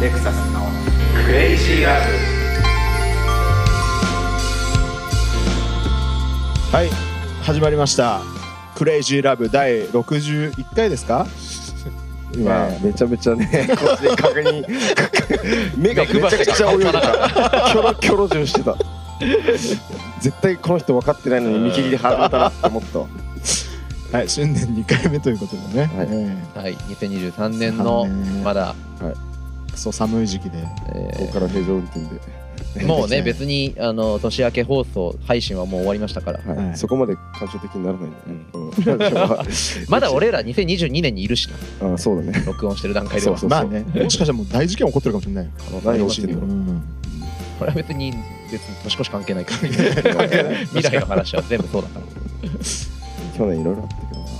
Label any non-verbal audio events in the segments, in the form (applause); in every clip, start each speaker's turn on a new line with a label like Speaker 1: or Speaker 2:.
Speaker 1: レクサスのクレイジーラブ
Speaker 2: はい始まりました「クレイジーラブ」第61回です
Speaker 3: (laughs)
Speaker 2: か今、
Speaker 3: ねめちゃめちゃね、こっちで確 (laughs) 認、目がめちゃくちゃ泳いでた。キョロキョロ順 (laughs) してた。絶対この人分かってないのに見切りで腹立たなって思 (laughs) ったわ。
Speaker 2: はい、新年2回目ということでね、
Speaker 3: はい
Speaker 2: え
Speaker 4: はい、2023年の
Speaker 2: 23年
Speaker 4: まだ、
Speaker 2: えクソ寒い時期
Speaker 3: (laughs)
Speaker 2: で
Speaker 4: え
Speaker 3: ここから平常運転で。
Speaker 4: ーも
Speaker 2: (laughs)
Speaker 4: うね
Speaker 2: でき
Speaker 4: 別にあの年明け放送配信はもう終わりましたから
Speaker 3: はい
Speaker 2: はい
Speaker 3: そこまで感傷的にならないんだよね。うんだ (laughs) から
Speaker 4: まだ俺ら2022年にいるしな
Speaker 3: あそうだね。
Speaker 4: 録音してる段階では
Speaker 3: そうそう
Speaker 2: まあねもしかしたらもう大事件起こってるかもしれないよ
Speaker 3: 何
Speaker 2: う
Speaker 3: を
Speaker 2: ん
Speaker 3: してん (laughs) の
Speaker 4: これは別に別に年越し関係ないから未来の話は全部そうだから
Speaker 3: 去年いろいろあったけどな。
Speaker 2: (laughs)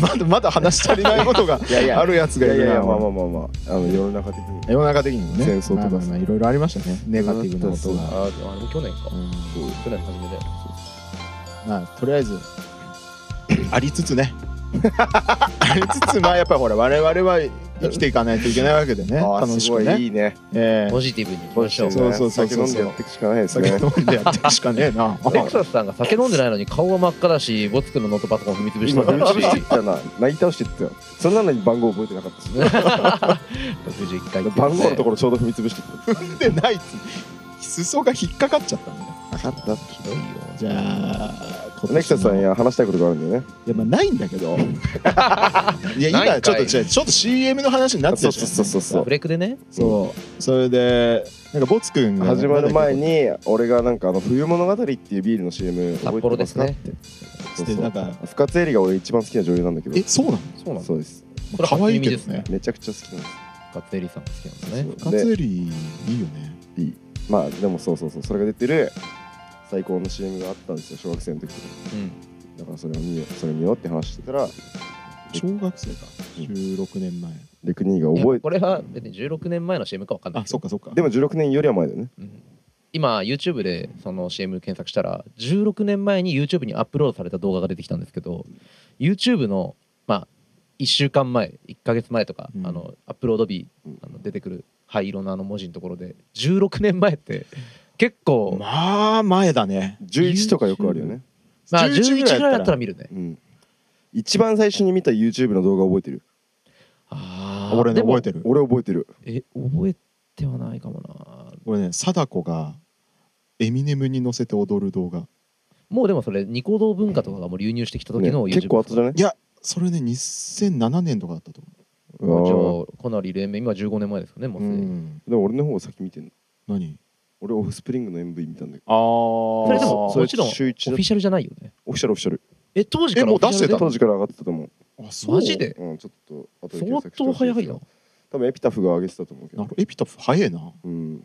Speaker 2: まだまだ話し足りないことが
Speaker 3: (laughs) いやいや
Speaker 2: あるやつ
Speaker 3: い
Speaker 2: がい
Speaker 3: やい
Speaker 2: る
Speaker 3: やい
Speaker 2: な
Speaker 3: や、まあまあまあまあ、あの世の中的に。
Speaker 2: 世の中的にもね
Speaker 3: 戦争とか
Speaker 2: まあまあまあいろいろありましたねネガティブなことが、
Speaker 4: ああれも去年か
Speaker 2: うん
Speaker 4: 去年の初めで
Speaker 2: まあとりあえずありつつね (laughs) ありつつまあやっぱりほら我々は生きていかないといけないわけでね
Speaker 3: ああ、
Speaker 2: 楽し
Speaker 3: すご
Speaker 2: くね
Speaker 3: いいいね。
Speaker 2: ええ
Speaker 4: ポジティブにいきましょう
Speaker 2: そうそうそうそう
Speaker 3: 酒飲んでやっていくしかないです
Speaker 2: 酒
Speaker 3: ね。
Speaker 2: 飲んでやってるしかねえ (laughs) な
Speaker 4: レクサスさんが酒飲んでないのに顔が真っ赤だしボツ君のノートパソコン踏みつぶして
Speaker 3: 今、
Speaker 4: もら
Speaker 3: 泣
Speaker 4: っ
Speaker 3: (laughs) い倒し
Speaker 4: たし
Speaker 3: てったな。泣い倒してったよ。それなのに番号覚えてなかったし。 (laughs)
Speaker 4: 61回
Speaker 3: 番号のと
Speaker 4: こ
Speaker 3: ころちょうど踏み潰してくる。
Speaker 2: 飲んでないっつ裾が引っかかっちゃったんだよ
Speaker 3: 分かった。
Speaker 4: ひどいよ
Speaker 2: じゃあ今年の
Speaker 3: ネクタさんには話したいことがあるんだよね。
Speaker 2: いやまあないんだけどいや
Speaker 4: ない
Speaker 2: 今
Speaker 4: ん
Speaker 2: ちょっと
Speaker 4: かい
Speaker 2: 違うちょっと CM の話になってたじゃん
Speaker 3: そうそうそうそう
Speaker 4: フレクでね
Speaker 2: そうそれでなんかボツくんが
Speaker 3: 始まる前に俺がなんかあの冬物語っていうビールの CM 覚えてますかっ
Speaker 4: 札
Speaker 3: て。
Speaker 2: し
Speaker 3: そ
Speaker 2: て
Speaker 3: うそ
Speaker 2: なん
Speaker 3: う
Speaker 2: か
Speaker 3: 深津絵里が俺一番好きな女優なんだけど
Speaker 2: え。そうなの
Speaker 4: そうなんです
Speaker 3: そうです。
Speaker 4: これ
Speaker 2: 可愛いけどね
Speaker 4: 初耳です
Speaker 3: めちゃくちゃ好きなんです。
Speaker 4: ガッツエリさん好きなんですね
Speaker 2: カ
Speaker 3: で
Speaker 2: ツエリいいよね
Speaker 3: まあでもそうそうそうそれが出てる最高の CM があったんですよ小学生の時とか
Speaker 4: うん
Speaker 3: だからそれを見ようそれ見ようって話してたら
Speaker 2: 小学生か
Speaker 3: うん
Speaker 2: 16年前
Speaker 3: レクニーが
Speaker 4: いや
Speaker 3: 覚え
Speaker 4: これは別に16年前の CM かわかんない
Speaker 2: あそっかそっか
Speaker 3: でも16年よりは前だよね。
Speaker 4: うん今 YouTube でその CM 検索したら16年前に YouTube にアップロードされた動画が出てきたんですけど YouTube のまあ1週間前1ヶ月前とか、
Speaker 2: うん
Speaker 4: あのアップロード日
Speaker 3: うん
Speaker 4: あの出てくる灰色のあの文字のところで16年前って結構、
Speaker 2: まあ前だね
Speaker 3: 11とかよくあるよね。
Speaker 4: まあ、11ぐらいだったら見るね
Speaker 3: うん。一番最初に見た YouTube の動画覚えてる。
Speaker 4: あー
Speaker 2: 俺ね
Speaker 4: でも
Speaker 2: 覚えてる
Speaker 3: 俺覚えてる。
Speaker 4: え覚えてはないかもな
Speaker 2: 俺ね貞子がエミネムに乗せて踊る動画
Speaker 4: もうでもそれニコ動文化とかがもう流入してきた時
Speaker 3: ね
Speaker 4: の YouTube、
Speaker 3: 結構後じゃない
Speaker 2: いやそれね2007年とかだったと思
Speaker 4: もうじ
Speaker 3: あ
Speaker 4: ゃあかなり黎明今15年前ですよねもう
Speaker 2: う、
Speaker 4: すでに、
Speaker 3: ーでも俺の方が先見てんの
Speaker 2: 何
Speaker 3: 俺オフスプリングの MV 見たんだけ
Speaker 2: あ
Speaker 3: ど
Speaker 2: そ
Speaker 4: それでも
Speaker 3: それ
Speaker 4: もちろんオフ
Speaker 3: 週一だ
Speaker 4: ィシャルじゃないよね
Speaker 3: オフィシャルオフィシャル
Speaker 4: え当時
Speaker 2: からオフィシャルで
Speaker 3: 当時から上がってたと思う
Speaker 2: あそう
Speaker 4: マジで
Speaker 3: うんちょっと後で
Speaker 4: 相
Speaker 3: 検索して
Speaker 4: 当
Speaker 3: ほし
Speaker 4: 早
Speaker 3: で
Speaker 4: い
Speaker 3: す
Speaker 4: な
Speaker 3: 多分エピタフが上げてたと思うけ
Speaker 2: な
Speaker 3: ど
Speaker 2: んかエピタフ早えな
Speaker 3: うん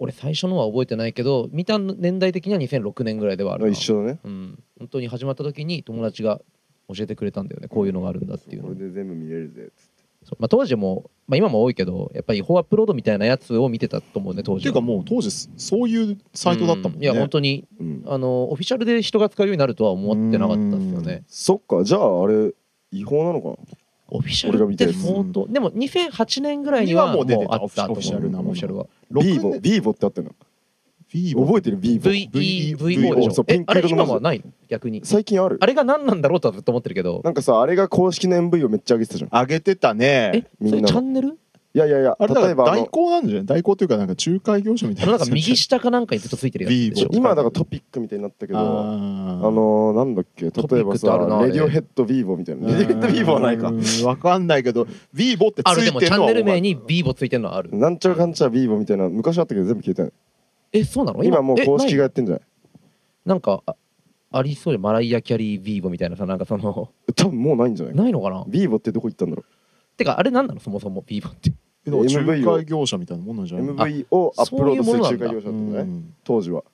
Speaker 4: 俺最初のは覚えてないけど見た年代的には2006年ぐらいではあるな
Speaker 3: 一緒だね
Speaker 4: うん本当に始まった時に友達が教えてくれたんだよねこういうのがあるんだっていう
Speaker 3: こ
Speaker 4: の
Speaker 3: れで全部見れるぜっつって
Speaker 4: そうまあ、当時も、まあ、今も多いけどやっぱり違法アップロードみたいなやつを見てたと思うね当
Speaker 2: っ
Speaker 4: 時
Speaker 2: ていうかもう当時そういうサイトだったもん
Speaker 4: う
Speaker 2: ね
Speaker 4: いや本当に
Speaker 3: うん
Speaker 4: あのオフィシャルで人が使うようになるとは思ってなかったですよね
Speaker 3: そっかじゃああれ違法なのか
Speaker 4: オフィシャルって相当でも2008年ぐらいには
Speaker 2: にはもう
Speaker 4: もう
Speaker 2: 出てた
Speaker 4: あったと思う
Speaker 2: オフィ
Speaker 4: オフ
Speaker 2: シャルなもの
Speaker 4: ィシャルは
Speaker 3: なビーボ
Speaker 2: 6
Speaker 3: ビーボってあったの
Speaker 2: 年
Speaker 3: 覚えてるビーボ
Speaker 4: VEVO
Speaker 2: VEVO
Speaker 4: でし
Speaker 3: そ
Speaker 4: ょ
Speaker 3: うピ
Speaker 4: え
Speaker 3: ンク
Speaker 4: あれ
Speaker 3: 色の文
Speaker 4: 今
Speaker 3: 字
Speaker 4: はないの逆に
Speaker 3: 最近ある
Speaker 4: あれが何なんだろうとはずっと思ってるけど
Speaker 3: なんかさあれが公式の MV をめっちゃ上げてたじゃん
Speaker 2: 上げてた
Speaker 4: え
Speaker 2: ね
Speaker 3: みん
Speaker 4: そ
Speaker 3: な
Speaker 4: れ
Speaker 3: の
Speaker 4: チャン
Speaker 2: (laughs)
Speaker 4: ネル
Speaker 3: いやいやいや
Speaker 2: あれだ
Speaker 3: 例
Speaker 2: から
Speaker 3: えばあの
Speaker 2: 代行なんじゃない代行というかなんか仲介業者みた
Speaker 4: あ
Speaker 2: いな
Speaker 4: のなんか右下かなんかにずっとついてるやつでしょ
Speaker 2: Vivo
Speaker 3: 今はだからトピックみたいになったけ
Speaker 2: あ
Speaker 3: どあ
Speaker 2: ー
Speaker 3: のー、なんだっけ
Speaker 4: トピ
Speaker 3: 例え
Speaker 4: ック
Speaker 3: ば
Speaker 4: ってあるな
Speaker 3: さ
Speaker 4: あれ
Speaker 3: レディオヘッドビーボみたいなレディオヘッドビーボはないか
Speaker 2: うーんわかんないけどビーボってつ
Speaker 4: あれで
Speaker 2: い
Speaker 4: も
Speaker 2: て
Speaker 4: チ
Speaker 2: る
Speaker 4: ャ
Speaker 2: の
Speaker 4: ン
Speaker 2: は
Speaker 4: ネル名にビーボついてるのはある
Speaker 3: なんちゃらかんちゃらビーボみたいな昔あったけど全部消えたよ
Speaker 4: えそうなの
Speaker 3: 今もう
Speaker 4: え
Speaker 3: 公式が
Speaker 4: な
Speaker 3: や
Speaker 4: い
Speaker 3: ってんじゃない
Speaker 4: なんかあありそうでマライア・キャリービーボみたいなさなんかその
Speaker 3: 多分もうないんじゃない
Speaker 4: ないのかな
Speaker 3: ビーボってどこ行ったんだろ
Speaker 4: てかあれ何なのそもそもビーボって
Speaker 2: えだから
Speaker 3: MV を
Speaker 2: 仲介業者みたいなもんなんじゃ
Speaker 3: う
Speaker 2: ない
Speaker 3: MV をアップロードする仲介業者だったんじゃ
Speaker 2: う
Speaker 3: ない
Speaker 2: ん
Speaker 3: 当時は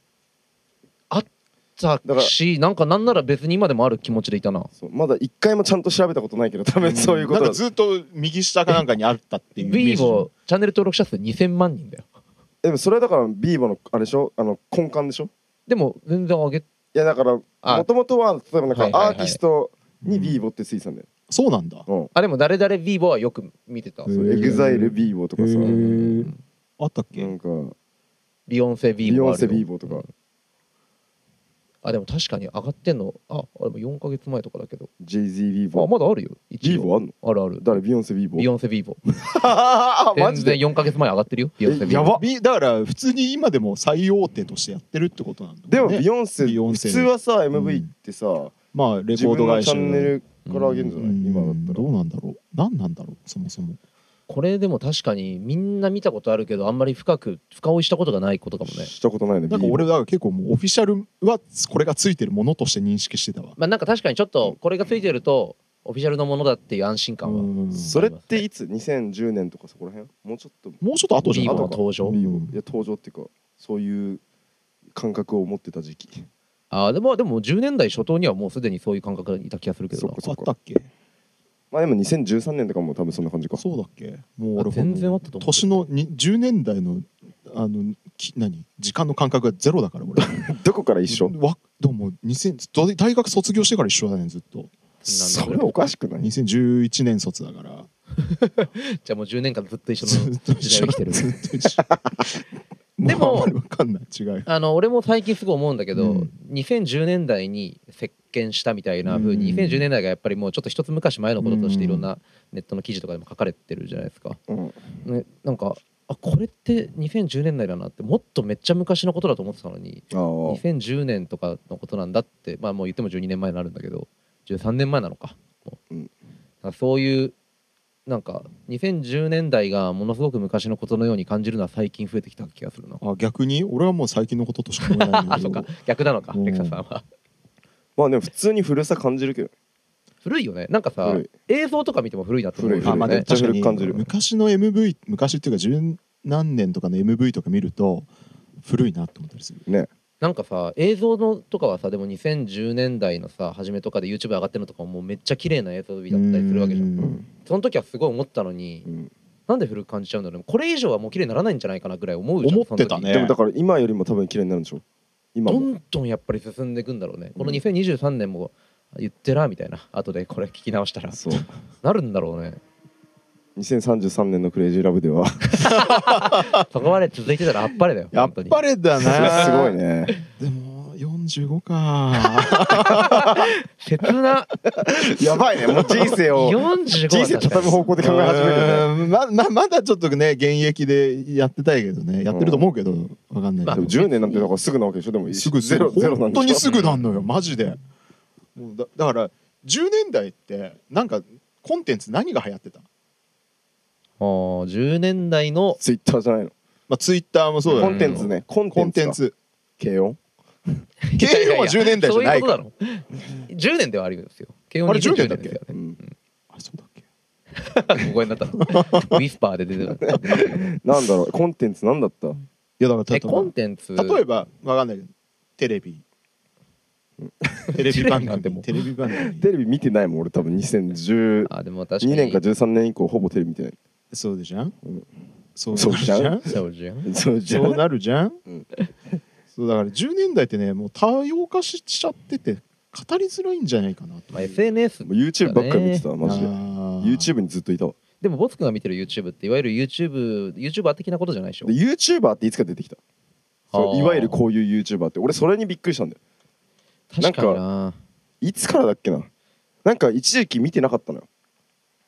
Speaker 4: さ
Speaker 3: だから
Speaker 4: しなんかなんなら別に今でもある気持ちでいたな
Speaker 3: そうまだ一回もちゃんと調べたことないけど多分そういうこと
Speaker 2: なん
Speaker 3: だ
Speaker 2: かずっと右下かなんかにあったっていうイメー
Speaker 4: ビー
Speaker 2: ジ
Speaker 4: ボチャンネル登録者数2000万人だよ
Speaker 3: でもそれはだからビーボのあれでしょあの根幹でしょ
Speaker 4: でも全然上げ
Speaker 3: いやだから
Speaker 4: あ
Speaker 3: もともとは例えばなんか
Speaker 4: はいはいは
Speaker 3: ア
Speaker 4: い
Speaker 3: ーティストにビーボってついてたんだよ
Speaker 2: そうなんだ
Speaker 3: うん
Speaker 4: あでも誰々ビーボーはよく見てた、
Speaker 2: うん
Speaker 3: エグザイルビーボーとかさ、
Speaker 2: へ
Speaker 4: う
Speaker 2: ー
Speaker 4: ん
Speaker 2: あったっけ、
Speaker 3: (laughs) なんか
Speaker 4: ビヨンセビ
Speaker 3: ビ
Speaker 4: ーボー
Speaker 3: ヨ
Speaker 4: あ
Speaker 3: ンセ
Speaker 4: る
Speaker 3: ビー
Speaker 4: よ
Speaker 3: ボーとか
Speaker 4: あでも確かに上がってんのああでも4ヶ月前とかだけど
Speaker 3: JZ ビーボ
Speaker 4: あ
Speaker 3: ー
Speaker 4: まだあるよ
Speaker 3: ビ
Speaker 4: 一
Speaker 3: ー
Speaker 4: 応
Speaker 3: ボーあんの
Speaker 4: あるある
Speaker 3: 誰ビヨンセビーボー
Speaker 4: ビヨンセビーボー
Speaker 3: あマ
Speaker 4: 全
Speaker 3: ジで
Speaker 4: 然4ヶ月前上がってるよビヨンセビーボー
Speaker 3: やば
Speaker 2: ビだから普通に今でも最大手としてやってるってことなんだ
Speaker 3: でも
Speaker 2: ね
Speaker 3: ビヨンセ
Speaker 2: ビヨン
Speaker 3: 普
Speaker 2: セ
Speaker 3: 通はさ
Speaker 2: ん
Speaker 3: MV ってさ、
Speaker 2: まあレ
Speaker 3: 自
Speaker 2: コード
Speaker 3: 分の
Speaker 2: 会
Speaker 3: チ
Speaker 2: 社
Speaker 3: ャンネルから上げるんじゃない、
Speaker 2: うん
Speaker 3: 今だったら
Speaker 2: どうなんだろう何なんだろうそもそも
Speaker 4: これでも確かにみんな見たことあるけどあんまり深く深追いしたことがないことかもね
Speaker 3: したことないね
Speaker 2: なんか俺だから結構もうオフィシャルはこれがついてるものとして認識してたわ
Speaker 4: まあなんか確かにちょっとこれがついてるとオフィシャルのものだっていう安心感は
Speaker 2: うん
Speaker 3: それっていつ2010年とかそこら辺もうちょっと
Speaker 2: もうちょっと後じ
Speaker 4: ビ
Speaker 2: ゃ
Speaker 4: ー
Speaker 2: な
Speaker 4: ボ
Speaker 2: い
Speaker 4: ーの
Speaker 3: 後か
Speaker 4: 登場
Speaker 2: ビーボ
Speaker 3: いや登場っていうかそういう感覚を持ってた時期
Speaker 4: あーでもでも10年代初頭にはもうすでにそういう感覚にいた気がするけどな
Speaker 3: そっ
Speaker 2: あ
Speaker 3: か
Speaker 2: ったっけ
Speaker 3: まあでも2013年とかも多分そんな感じか
Speaker 2: そうだっけもう
Speaker 4: あ
Speaker 2: 俺
Speaker 4: 全然あったと思う
Speaker 2: 年のに10年代のあのき何時間の感覚がゼロだから (laughs) 俺
Speaker 3: どこから一緒
Speaker 2: わでももう2000大学卒業してから一緒だねずっと
Speaker 3: それおかしくない
Speaker 2: 2011年卒だから
Speaker 4: じゃあもう10年間ずっと一緒
Speaker 2: ず
Speaker 4: の
Speaker 2: っと一
Speaker 4: (laughs) 時代
Speaker 2: 緒
Speaker 4: が来てる
Speaker 2: ずっと一緒
Speaker 4: (laughs) でも
Speaker 2: う (laughs) あんまりわかんない違いが
Speaker 4: あの俺も最近すごい思うんだけど、
Speaker 2: うん
Speaker 4: 2010年代に席巻したみたいな風に、
Speaker 2: うん
Speaker 4: 2010年代がやっぱりもうちょっと一つ昔前のこととし
Speaker 2: うん
Speaker 4: ていろんなネットの記事とかでも書かれてるじゃないですか、
Speaker 3: うん
Speaker 4: ね、なんかあこれって2010年代だなってもっとめっちゃ昔のことだと思ってたのに
Speaker 3: ああ
Speaker 4: 2010年とかのことなんだってまあもう言っても12年前になるんだけど13年前なのかもう
Speaker 3: うん
Speaker 4: だからそういうなんか2010年代がものすごく昔のことのように感じるのは最近増えてきた気がするな
Speaker 2: あ逆に俺はもう最近のこととしか思えないんだ
Speaker 4: (laughs) あ
Speaker 2: け
Speaker 4: そ
Speaker 2: ど
Speaker 4: うか逆なのか
Speaker 2: うん
Speaker 4: レクサさんは
Speaker 3: まあでも普通に古さ感じるけど
Speaker 4: 古いよねなんかさ
Speaker 3: 古い
Speaker 4: 映像とか見ても古いなって思
Speaker 3: 古
Speaker 4: う
Speaker 3: い古
Speaker 2: (laughs)
Speaker 3: い
Speaker 2: あまあ
Speaker 3: ね
Speaker 2: ね、確か
Speaker 3: め
Speaker 2: に
Speaker 3: っちゃ古く感じる
Speaker 2: 昔の MV 昔っていうか十何年とかの MV とか見ると古いなって思ったりする
Speaker 3: ね
Speaker 4: なんかさ映像のとかはさでも2010年代のさ初めとかで YouTube 上がってるのとかももうめっちゃ綺麗な映像美だったりするわけじゃん
Speaker 2: うん
Speaker 4: その時はすごい思ったのに
Speaker 3: うん
Speaker 4: なんで古く感じちゃうんだろうねこれ以上はもう綺麗にならないんじゃないかなぐらい思うじゃん
Speaker 2: 思ってたね
Speaker 4: その時
Speaker 3: でもだから今よりも多分綺麗になるんでしょ今
Speaker 4: ど
Speaker 3: も
Speaker 4: んどんやっぱり進んでいくんだろうねこの
Speaker 3: うん
Speaker 4: 2023年も言ってらみたいな (laughs) 後でこれ聞き直したら
Speaker 3: そう
Speaker 4: なるんだろうね
Speaker 3: 2033年のクレイジーラブではす
Speaker 4: そこまで続いてたらあっぱれだよ
Speaker 2: (laughs) やっ
Speaker 4: 本当に
Speaker 2: ぱりだな
Speaker 3: ごいね
Speaker 2: でも45か
Speaker 4: 切な
Speaker 3: (laughs) やばいねもう人生を
Speaker 4: 45
Speaker 3: 人生畳む方向で考え始めるね
Speaker 2: うんまままだちょっとね現役でやってたいけどねやってると思うけどわかんない
Speaker 4: まあ
Speaker 2: け
Speaker 3: で
Speaker 2: ど
Speaker 3: も10年なんてだからすぐなわけでしょでも
Speaker 2: すぐ
Speaker 3: ゼロゼロな
Speaker 2: 本
Speaker 3: んで
Speaker 2: 当
Speaker 3: し
Speaker 2: に
Speaker 3: ょ
Speaker 2: すぐなんのよマジでもうだだから10年代ってなんかコンテンツ何が流行ってた
Speaker 4: あー10年代の
Speaker 3: ツイッターじゃないの
Speaker 2: まあツイッターもそうだけ
Speaker 3: コン
Speaker 2: ど
Speaker 3: テンツねコン
Speaker 2: コ
Speaker 3: テ
Speaker 2: ンテン
Speaker 3: ンツか
Speaker 2: ツ
Speaker 3: 軽音
Speaker 2: 軽音は10年代じゃない
Speaker 4: そういうこと
Speaker 2: か
Speaker 4: だ
Speaker 2: ら
Speaker 4: ろ10年ではあるんですよ軽
Speaker 2: あれ10年だっ
Speaker 4: 年
Speaker 2: け (laughs)
Speaker 4: ですよね
Speaker 2: あそうだっけ
Speaker 4: ここにな
Speaker 2: (laughs)
Speaker 4: ったのウィスパーで出てる
Speaker 3: なんだろうコンテンツなんだった
Speaker 2: いやだから例え
Speaker 4: え
Speaker 2: ば
Speaker 4: コンテンツ
Speaker 2: 例えばわかんないけどテレビテレビ番組テレビ番組
Speaker 3: テレビ見てないもん俺多分2012
Speaker 4: あでも確かに
Speaker 3: 年か13年以降ほぼテレビ見てない
Speaker 2: そうでじゃん
Speaker 3: うん
Speaker 2: そう
Speaker 3: そうじゃん
Speaker 2: なる
Speaker 4: そうじゃん
Speaker 3: そう
Speaker 2: じ
Speaker 3: じ
Speaker 2: ゃ
Speaker 3: ゃ
Speaker 2: んそう
Speaker 3: あ
Speaker 2: なるじゃん
Speaker 3: うん
Speaker 2: そうだから10年代ってねもう多様化しちゃってて語りづらいんじゃないかなと
Speaker 4: まあ SNS
Speaker 3: もう YouTube ばっかり見てたマジで
Speaker 2: あー
Speaker 3: YouTube にずっといたわ
Speaker 4: でもボス君が見てる YouTube っていわゆる YouTube YouTuber 的なことじゃないでしょ
Speaker 3: で YouTuber っていつか出てきたそう
Speaker 4: あー
Speaker 3: いわゆるこういう YouTuber って俺それにびっくりしたんだよ
Speaker 4: 確かにない
Speaker 3: つからだっけななんか一時期見てなかったのよ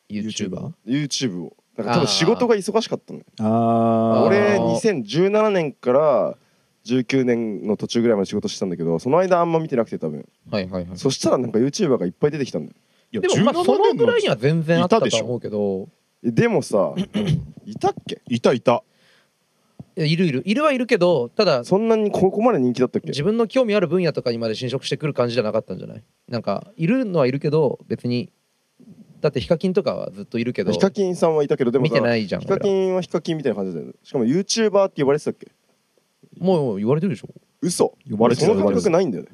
Speaker 4: YouTuber
Speaker 3: YouTube をなんか多分仕事が忙しかったのよ
Speaker 2: あー
Speaker 3: 俺
Speaker 4: あー
Speaker 3: 2017年から19年の途中ぐらいまで仕事してたんだけどその間あんま見てなくて多分
Speaker 4: はいはいはい
Speaker 3: そしたらなんか YouTuber がいっぱい出てきたんだよ
Speaker 2: いや
Speaker 4: でもまあ
Speaker 2: 17
Speaker 4: そのぐらいに
Speaker 2: 年
Speaker 4: は全然あった
Speaker 2: いたで
Speaker 4: と
Speaker 2: し
Speaker 4: は
Speaker 2: ょ
Speaker 4: 思うけど
Speaker 3: えでもさいたっけ
Speaker 2: いたいた
Speaker 4: いやいるいるいるはいるけどただ
Speaker 3: そんなにここまで人気だったっけ
Speaker 4: 自分の興味ある分野とかにまで侵食してくる感じじゃなかったんじゃないなんかいるのはいるけど別にだってヒカキンとかはずっといるけど
Speaker 3: ヒカキンさんはいたけどでも
Speaker 4: 見
Speaker 3: さ
Speaker 4: てないじゃん
Speaker 3: ヒカキ
Speaker 4: 俺ら
Speaker 3: ンはヒカキンみたいな感じだよねしかも YouTuber って呼ばれてたっけ
Speaker 4: もう言われてるでしょ
Speaker 3: 嘘
Speaker 2: 呼ばれてた
Speaker 3: その感覚ないんだよね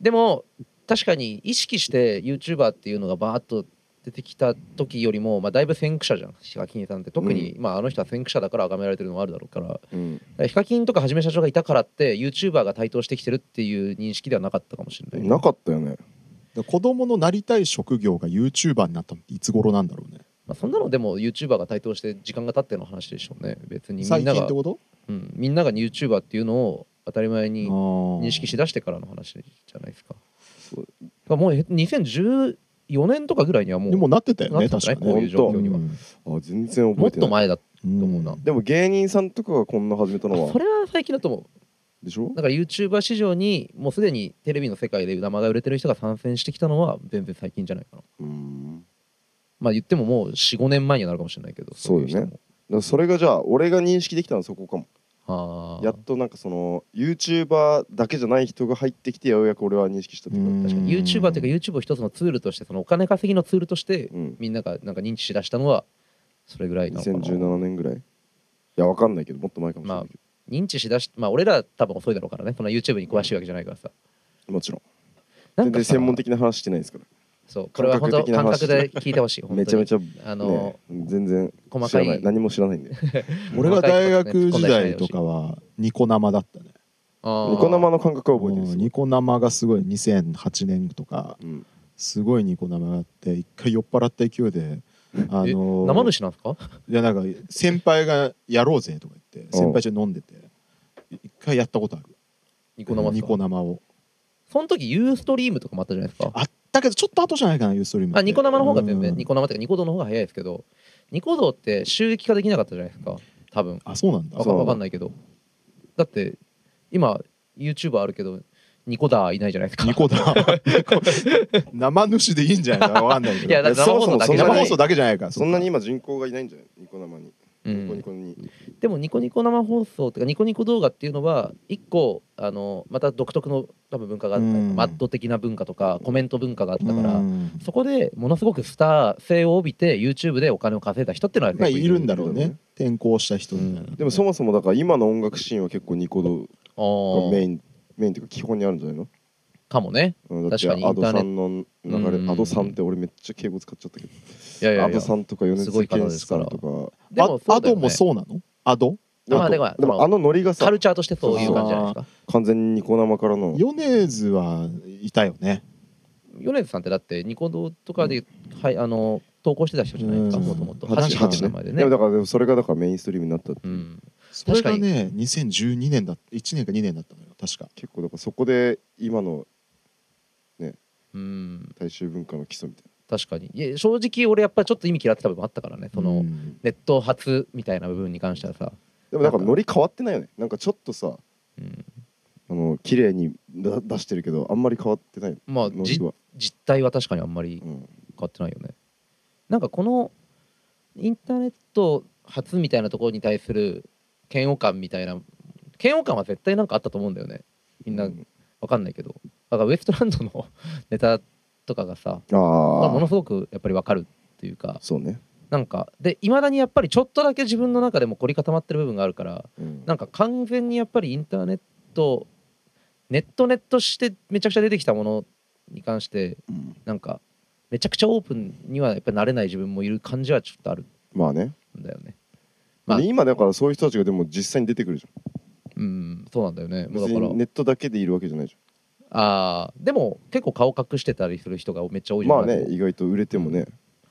Speaker 4: でも確かに意識して YouTuber っていうのがバーッと出てきた時よりも、まあ、だいぶ先駆者じゃんヒカキンさんって特に、まあ、あの人は先駆者だから崇められてるのもあるだろうからだか
Speaker 3: うん
Speaker 4: らヒカキンとかはじめ社長がいたからって YouTuber が台頭してきてるっていう認識ではなかったかもしれない
Speaker 3: なかったよね
Speaker 2: ら子供のなりたい職業が YouTuber になったのっていつ頃なんだろうね
Speaker 4: まあ、そんなのでも YouTuber が台頭して時間が経っての話でしょうね別にみ
Speaker 2: 最
Speaker 4: んな
Speaker 2: 近
Speaker 4: が
Speaker 2: って、こと
Speaker 4: うん、みんなが YouTuber っていうのを当たり前に認
Speaker 2: 認
Speaker 4: 識しだしてからの話じゃないですか。だからもうへ2014年とかぐらいにはもう
Speaker 2: でもなってたよね
Speaker 4: なってた
Speaker 2: 確
Speaker 4: ね
Speaker 2: かね
Speaker 4: こういう状況には。
Speaker 3: あ全然覚
Speaker 4: も
Speaker 3: え
Speaker 4: っ
Speaker 3: な
Speaker 4: てと
Speaker 3: い
Speaker 4: 前だっ
Speaker 2: うん
Speaker 4: と思うな
Speaker 3: でも芸人さんとかがこんな始めた
Speaker 4: た
Speaker 3: のは
Speaker 4: それは最近だと思う。
Speaker 3: でしょ
Speaker 4: だから YouTuber 市場にもうすでにテレビの世界で名前が売れてる人が参戦してきたのは全然最近じゃないかな。
Speaker 3: うんだ
Speaker 4: まあ言ってももう45年前にはなるかもしれないけど
Speaker 3: そうよね
Speaker 4: い人も
Speaker 3: からそれがじゃあ俺が認識できたのはそこかも
Speaker 4: あー
Speaker 3: やっとなんかその YouTuber だけじゃない人が入ってきてようやく俺は認識したというか
Speaker 4: 確かに YouTuber っていうか YouTube を一つのツールとしてそのお金稼ぎのツールとして
Speaker 3: うん
Speaker 4: みんながなんか認知しだしたのはそれぐらいなのかな
Speaker 3: 2017年ぐらいいやわかんないけどもっと前かもしれないけど、
Speaker 4: 認知しだしまあ俺ら多分遅いだろうからねそんな YouTube に詳しいわけじゃないからさ
Speaker 3: もちろん
Speaker 4: なん
Speaker 3: 全
Speaker 4: か
Speaker 3: 然
Speaker 4: さ
Speaker 3: 専門的な話してないですから
Speaker 4: そうこれは本当
Speaker 3: 感
Speaker 4: 感
Speaker 3: 覚
Speaker 4: 覚
Speaker 3: 的な話
Speaker 4: で聞いてほしい
Speaker 3: めちゃめ
Speaker 4: ゃ
Speaker 3: ちゃ、
Speaker 4: あ
Speaker 3: ね
Speaker 4: の、
Speaker 3: 全然
Speaker 4: 細
Speaker 3: 知
Speaker 4: から
Speaker 3: ない
Speaker 4: い
Speaker 3: 何も知らないんでニ
Speaker 2: 俺が大学時代と
Speaker 4: ニ
Speaker 2: かはニコ生だったね
Speaker 3: コ生の感覚は覚えてるんです
Speaker 2: うん
Speaker 3: よ
Speaker 2: ニコ生がすごい2008年とか
Speaker 3: うん
Speaker 2: すごいニコ生があって一回酔っ払った勢いであの
Speaker 4: 生主なんですか
Speaker 2: いやなんか先輩が「やろうぜ」とか言って
Speaker 3: うん
Speaker 2: 先輩ちょっと飲んでて一回やったことある
Speaker 4: ニコ生っす
Speaker 2: ニ
Speaker 4: か
Speaker 2: コ生を
Speaker 4: その時ユーストリームとかもあったじゃないですか
Speaker 2: あったけどちょっと後じゃないかなユーストリームって
Speaker 4: あニコ生の方が全
Speaker 2: う
Speaker 4: 然
Speaker 2: ん
Speaker 4: ニコ生っていうかニコ動の方が早いですけどニコ動って収益化できなかったじゃないですか多分
Speaker 2: あそうなんだ
Speaker 4: わ
Speaker 3: そ
Speaker 4: か
Speaker 3: う
Speaker 4: わかんないけどだって今 YouTuber あるけどニコダーいないじゃないですか
Speaker 2: ニコだ
Speaker 4: (laughs)
Speaker 2: ニコ生主でいいんじゃないかわかんないけ
Speaker 4: いや
Speaker 2: ど
Speaker 4: だから生放送だけじゃ
Speaker 2: 生
Speaker 4: な
Speaker 2: 放
Speaker 4: い
Speaker 2: 送だけじゃないか
Speaker 3: そんなに今人口がいないんじゃないニコ生に、ニコニコに
Speaker 4: でもニコニコ生放送とかニコニコ動画っていうのは一個あのまた独特の多分文化があったりとか
Speaker 2: うん
Speaker 4: マッド的な文化とかコメント文化があった
Speaker 2: だ
Speaker 4: か
Speaker 2: から
Speaker 4: らそこでものすごくスター性を帯びて YouTube でお金を稼いだ人ってのは
Speaker 2: まあいるんだ
Speaker 4: ろ
Speaker 2: ろうね転校した人みたいな
Speaker 4: うん
Speaker 3: でもそもそもだから今の音楽シーンは結構ニコ動がメインメインっていうか基本にあるんじゃないの
Speaker 4: かもね
Speaker 3: うんだって
Speaker 4: 確かにイ
Speaker 3: ア
Speaker 4: ン
Speaker 3: ド
Speaker 4: ターネ
Speaker 3: さ
Speaker 4: ット
Speaker 3: んの
Speaker 4: う
Speaker 3: 流
Speaker 4: ん
Speaker 3: れアドさんって俺めっちゃ敬語使っちゃったけど
Speaker 4: いやいや
Speaker 3: ア
Speaker 4: い
Speaker 3: ド
Speaker 4: や
Speaker 3: さんとか米
Speaker 4: すご
Speaker 3: 津
Speaker 4: い方
Speaker 3: 玄
Speaker 4: です
Speaker 3: 師
Speaker 4: か
Speaker 3: かららとか
Speaker 4: でも
Speaker 2: あ
Speaker 4: そ
Speaker 2: アドもそ
Speaker 4: うだよね
Speaker 2: うなのアド
Speaker 4: まあ
Speaker 3: あと
Speaker 4: でも
Speaker 3: でもあのノリがさ
Speaker 4: カルチャーとしてそういう感じじゃないですか
Speaker 3: 完全にニコ生からの
Speaker 2: 米津はいたよね
Speaker 4: 米津さんってだってニコ動とかで、はい、あの投稿してた人じゃないですか
Speaker 2: うん
Speaker 4: もともと
Speaker 2: 88
Speaker 4: 88の前で
Speaker 3: で
Speaker 4: ね
Speaker 3: もだからでもそれがだからメインストリームになったって
Speaker 4: う、
Speaker 3: いうん
Speaker 2: それがね2012年だ1年か2年だったのよ確か
Speaker 3: 結構だからそこで今の
Speaker 4: うん、
Speaker 3: 大衆文化の基礎みたい
Speaker 4: 確かにいや正直俺やっぱりちょっと意味嫌ってた部分あったからねその、
Speaker 2: うん
Speaker 4: ネット発みたいな部分に関してはさ、
Speaker 3: なでもだからノリ変わってないよねなんかちょっとさ
Speaker 4: うん
Speaker 3: あの綺麗にだ出してるけどあんまり変わってない
Speaker 4: まあ
Speaker 3: ノ
Speaker 4: じ
Speaker 3: リは、
Speaker 4: 実態は確かにあんまり
Speaker 3: うん、
Speaker 4: 変わってないよねなんかこのインターネット発みたいなところに対する嫌悪感みたいな嫌悪感は絶対なんかあったと思うんだよねみんな
Speaker 3: うん
Speaker 4: わかんないけどだからウエストランドの (laughs) ネタとかがさ、
Speaker 3: あ
Speaker 4: まあ、も
Speaker 3: あ
Speaker 4: のすごくやっぱりわかるっていうか
Speaker 3: そうね、
Speaker 4: なんかでいまだにやっぱりちょっとだけ自分の中でも凝り固まってる部分があるから
Speaker 3: うん
Speaker 4: なんか完全にやっぱりインターネットネットネットしてめちゃくちゃ出てきたものに関して
Speaker 3: うん
Speaker 4: なんかめちゃくちゃオープンにはやっぱり慣れない自分もいる感じはちょっとある
Speaker 3: まあね、
Speaker 4: んだよね。
Speaker 3: ま
Speaker 4: まあ
Speaker 3: あ、今だからそういう人たちがでも実際に出てくるじゃ
Speaker 4: うんそうなんだよね。
Speaker 3: ん
Speaker 4: も
Speaker 3: 別
Speaker 4: うだから
Speaker 3: にネットだけでいるわけじゃないじ
Speaker 4: あーでも結構顔隠してたりする人がめっちゃ
Speaker 3: ゃ
Speaker 4: 多い
Speaker 3: ん
Speaker 4: よ
Speaker 3: まあね意外と売れてもね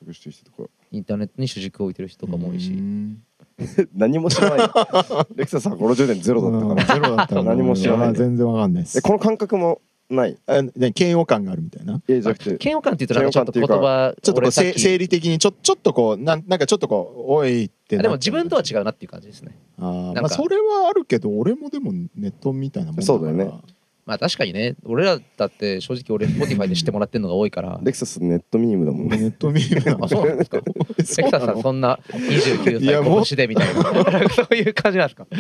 Speaker 3: 隠してる人とか
Speaker 4: インターネットに主軸を置いてる人とかも多いし
Speaker 2: うん
Speaker 3: 何も知 (laughs) らないレクサスはこの10年ゼロだったから、
Speaker 2: ゼロだったから
Speaker 3: 何も知らない
Speaker 2: や全然わかんないです
Speaker 3: えこの感覚もない
Speaker 2: あね嫌悪感があるみたいな
Speaker 3: えじゃなくて
Speaker 4: 嫌悪感って言うとなんかちょっと言葉
Speaker 2: ちょっとこ
Speaker 4: 俺
Speaker 2: う
Speaker 4: さっ
Speaker 2: せ
Speaker 4: き
Speaker 2: 生理的にちょちょっとこうなんなんかちょっとこうおいって
Speaker 4: あ
Speaker 2: な
Speaker 4: で
Speaker 2: っ
Speaker 4: も
Speaker 2: ち
Speaker 4: 自
Speaker 2: ゃう
Speaker 4: 分とは違うなっていう感じですね。
Speaker 2: あー
Speaker 4: なんか
Speaker 2: まあそれはあるけど俺もでもネットみたいなもん
Speaker 3: そうだよね
Speaker 4: まあ確かにね俺らだって正直俺 Spotify で知ってもらってるのが多いから。
Speaker 3: レクサスネットミニムだ (laughs) もんね
Speaker 2: ネット見る
Speaker 4: あそうなんですか。エクサさんそんな29
Speaker 2: いや
Speaker 4: 歳
Speaker 2: もう
Speaker 4: 今年でみたいなそういう感じなんですか。
Speaker 3: ネ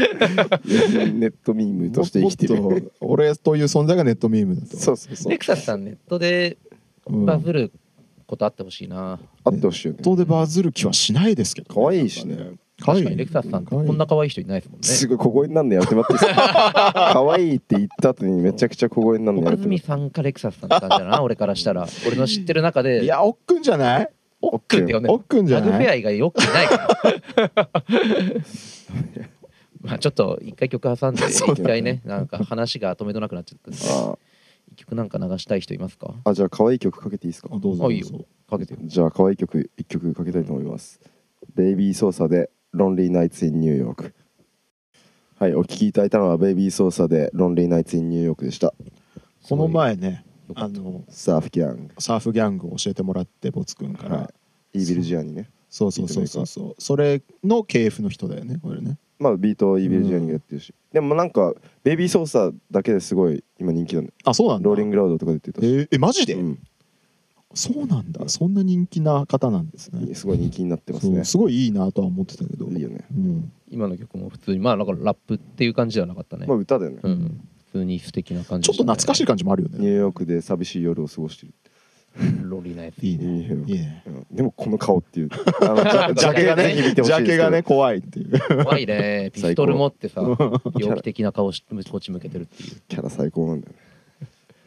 Speaker 3: ットミームとして生きてる。
Speaker 2: もっと俺という存在がネットミームだと
Speaker 3: そうそうそ
Speaker 4: レ
Speaker 3: う。
Speaker 4: クサスさんネットで
Speaker 2: うん
Speaker 4: バズることあってほしいな、
Speaker 3: あってほしいよね
Speaker 2: ネッ。トでバズる気はしないですけど
Speaker 3: 可愛いしね
Speaker 2: 可愛
Speaker 4: 確
Speaker 2: い
Speaker 4: かにレクサスさんってこんな可愛い人いないですもんね
Speaker 3: すごい小声になんのやめてもらっていいですか。 (laughs) 可愛いって言った後にめちゃくちゃ小声になんのや
Speaker 4: 岡
Speaker 3: めてもらっ
Speaker 4: 住
Speaker 3: て。
Speaker 4: さんかレクサスさんって感じだな俺からしたら俺の知ってる中
Speaker 2: い
Speaker 4: で
Speaker 2: やおっくんじゃない
Speaker 4: おっくんって呼んで
Speaker 2: おっくんじゃ
Speaker 4: ラグフ
Speaker 2: な
Speaker 4: ェア
Speaker 2: い
Speaker 4: 以外よくないか
Speaker 2: (laughs)
Speaker 4: ら
Speaker 2: (laughs)
Speaker 4: まあちょっと一回曲挟んで一回ねなんか話が止めどなくなっちゃったんで
Speaker 3: ああ
Speaker 4: 一曲なんか流したい人いますか
Speaker 3: あじゃあ可愛い曲かけていいですか
Speaker 2: あどうぞ
Speaker 4: あいいよ
Speaker 2: どうぞ
Speaker 4: かけてよ
Speaker 3: じゃあ可愛い曲一曲かけたいと思います。ベイビーソーサでロンリーナイツインニューヨーク。はい、お聞きいただいたのはベイビーソーサでロンリーナイツインニューヨークでした。
Speaker 2: この前ね
Speaker 4: よか
Speaker 2: あ
Speaker 4: った
Speaker 2: の
Speaker 3: サーフギャング。
Speaker 2: サーフギャングを教えてもらってボツくんから、
Speaker 3: はイービルジアンにね。
Speaker 2: そうそうそうそうそうそれの系譜の人だよねこれね
Speaker 3: まあビートをイービルジアンにやってるし、でもなんかベイビーソーサだけですごい今人気なんだ。
Speaker 2: あそうなんだ
Speaker 3: ローリングラウドとか出てたし。
Speaker 2: えーえマジで、
Speaker 3: うん
Speaker 2: そうなんだそんな人気な方なんですね
Speaker 3: すごい人気になってます
Speaker 2: そ
Speaker 3: ね
Speaker 2: う。すごいいいなとは思ってたけど
Speaker 3: いいよね。
Speaker 2: うん、
Speaker 4: 今の曲も普通にまあなんかラップっていう感じではなかったね、
Speaker 3: まあ歌だよね。
Speaker 4: うん普通に素敵な感じ
Speaker 2: ちょっと懐かしい感じもあるよ
Speaker 3: ニ
Speaker 2: ね
Speaker 3: ューヨークで寂しい夜を過ごしてる。
Speaker 4: いロリナやつ
Speaker 2: いいね
Speaker 3: ニューヨーク
Speaker 2: いいね
Speaker 3: うんでもこの
Speaker 2: (laughs)
Speaker 3: 顔っていう。あのジャ
Speaker 2: ジャケが
Speaker 3: ぜひ
Speaker 2: ね
Speaker 3: 見てほし
Speaker 2: ジ
Speaker 3: いですけど
Speaker 2: ャケがね怖いっていう
Speaker 4: 怖いねピストル持ってさ
Speaker 2: 最
Speaker 4: 猟奇的な顔してこっち向けてるってい
Speaker 3: キャラ最高なんだよね。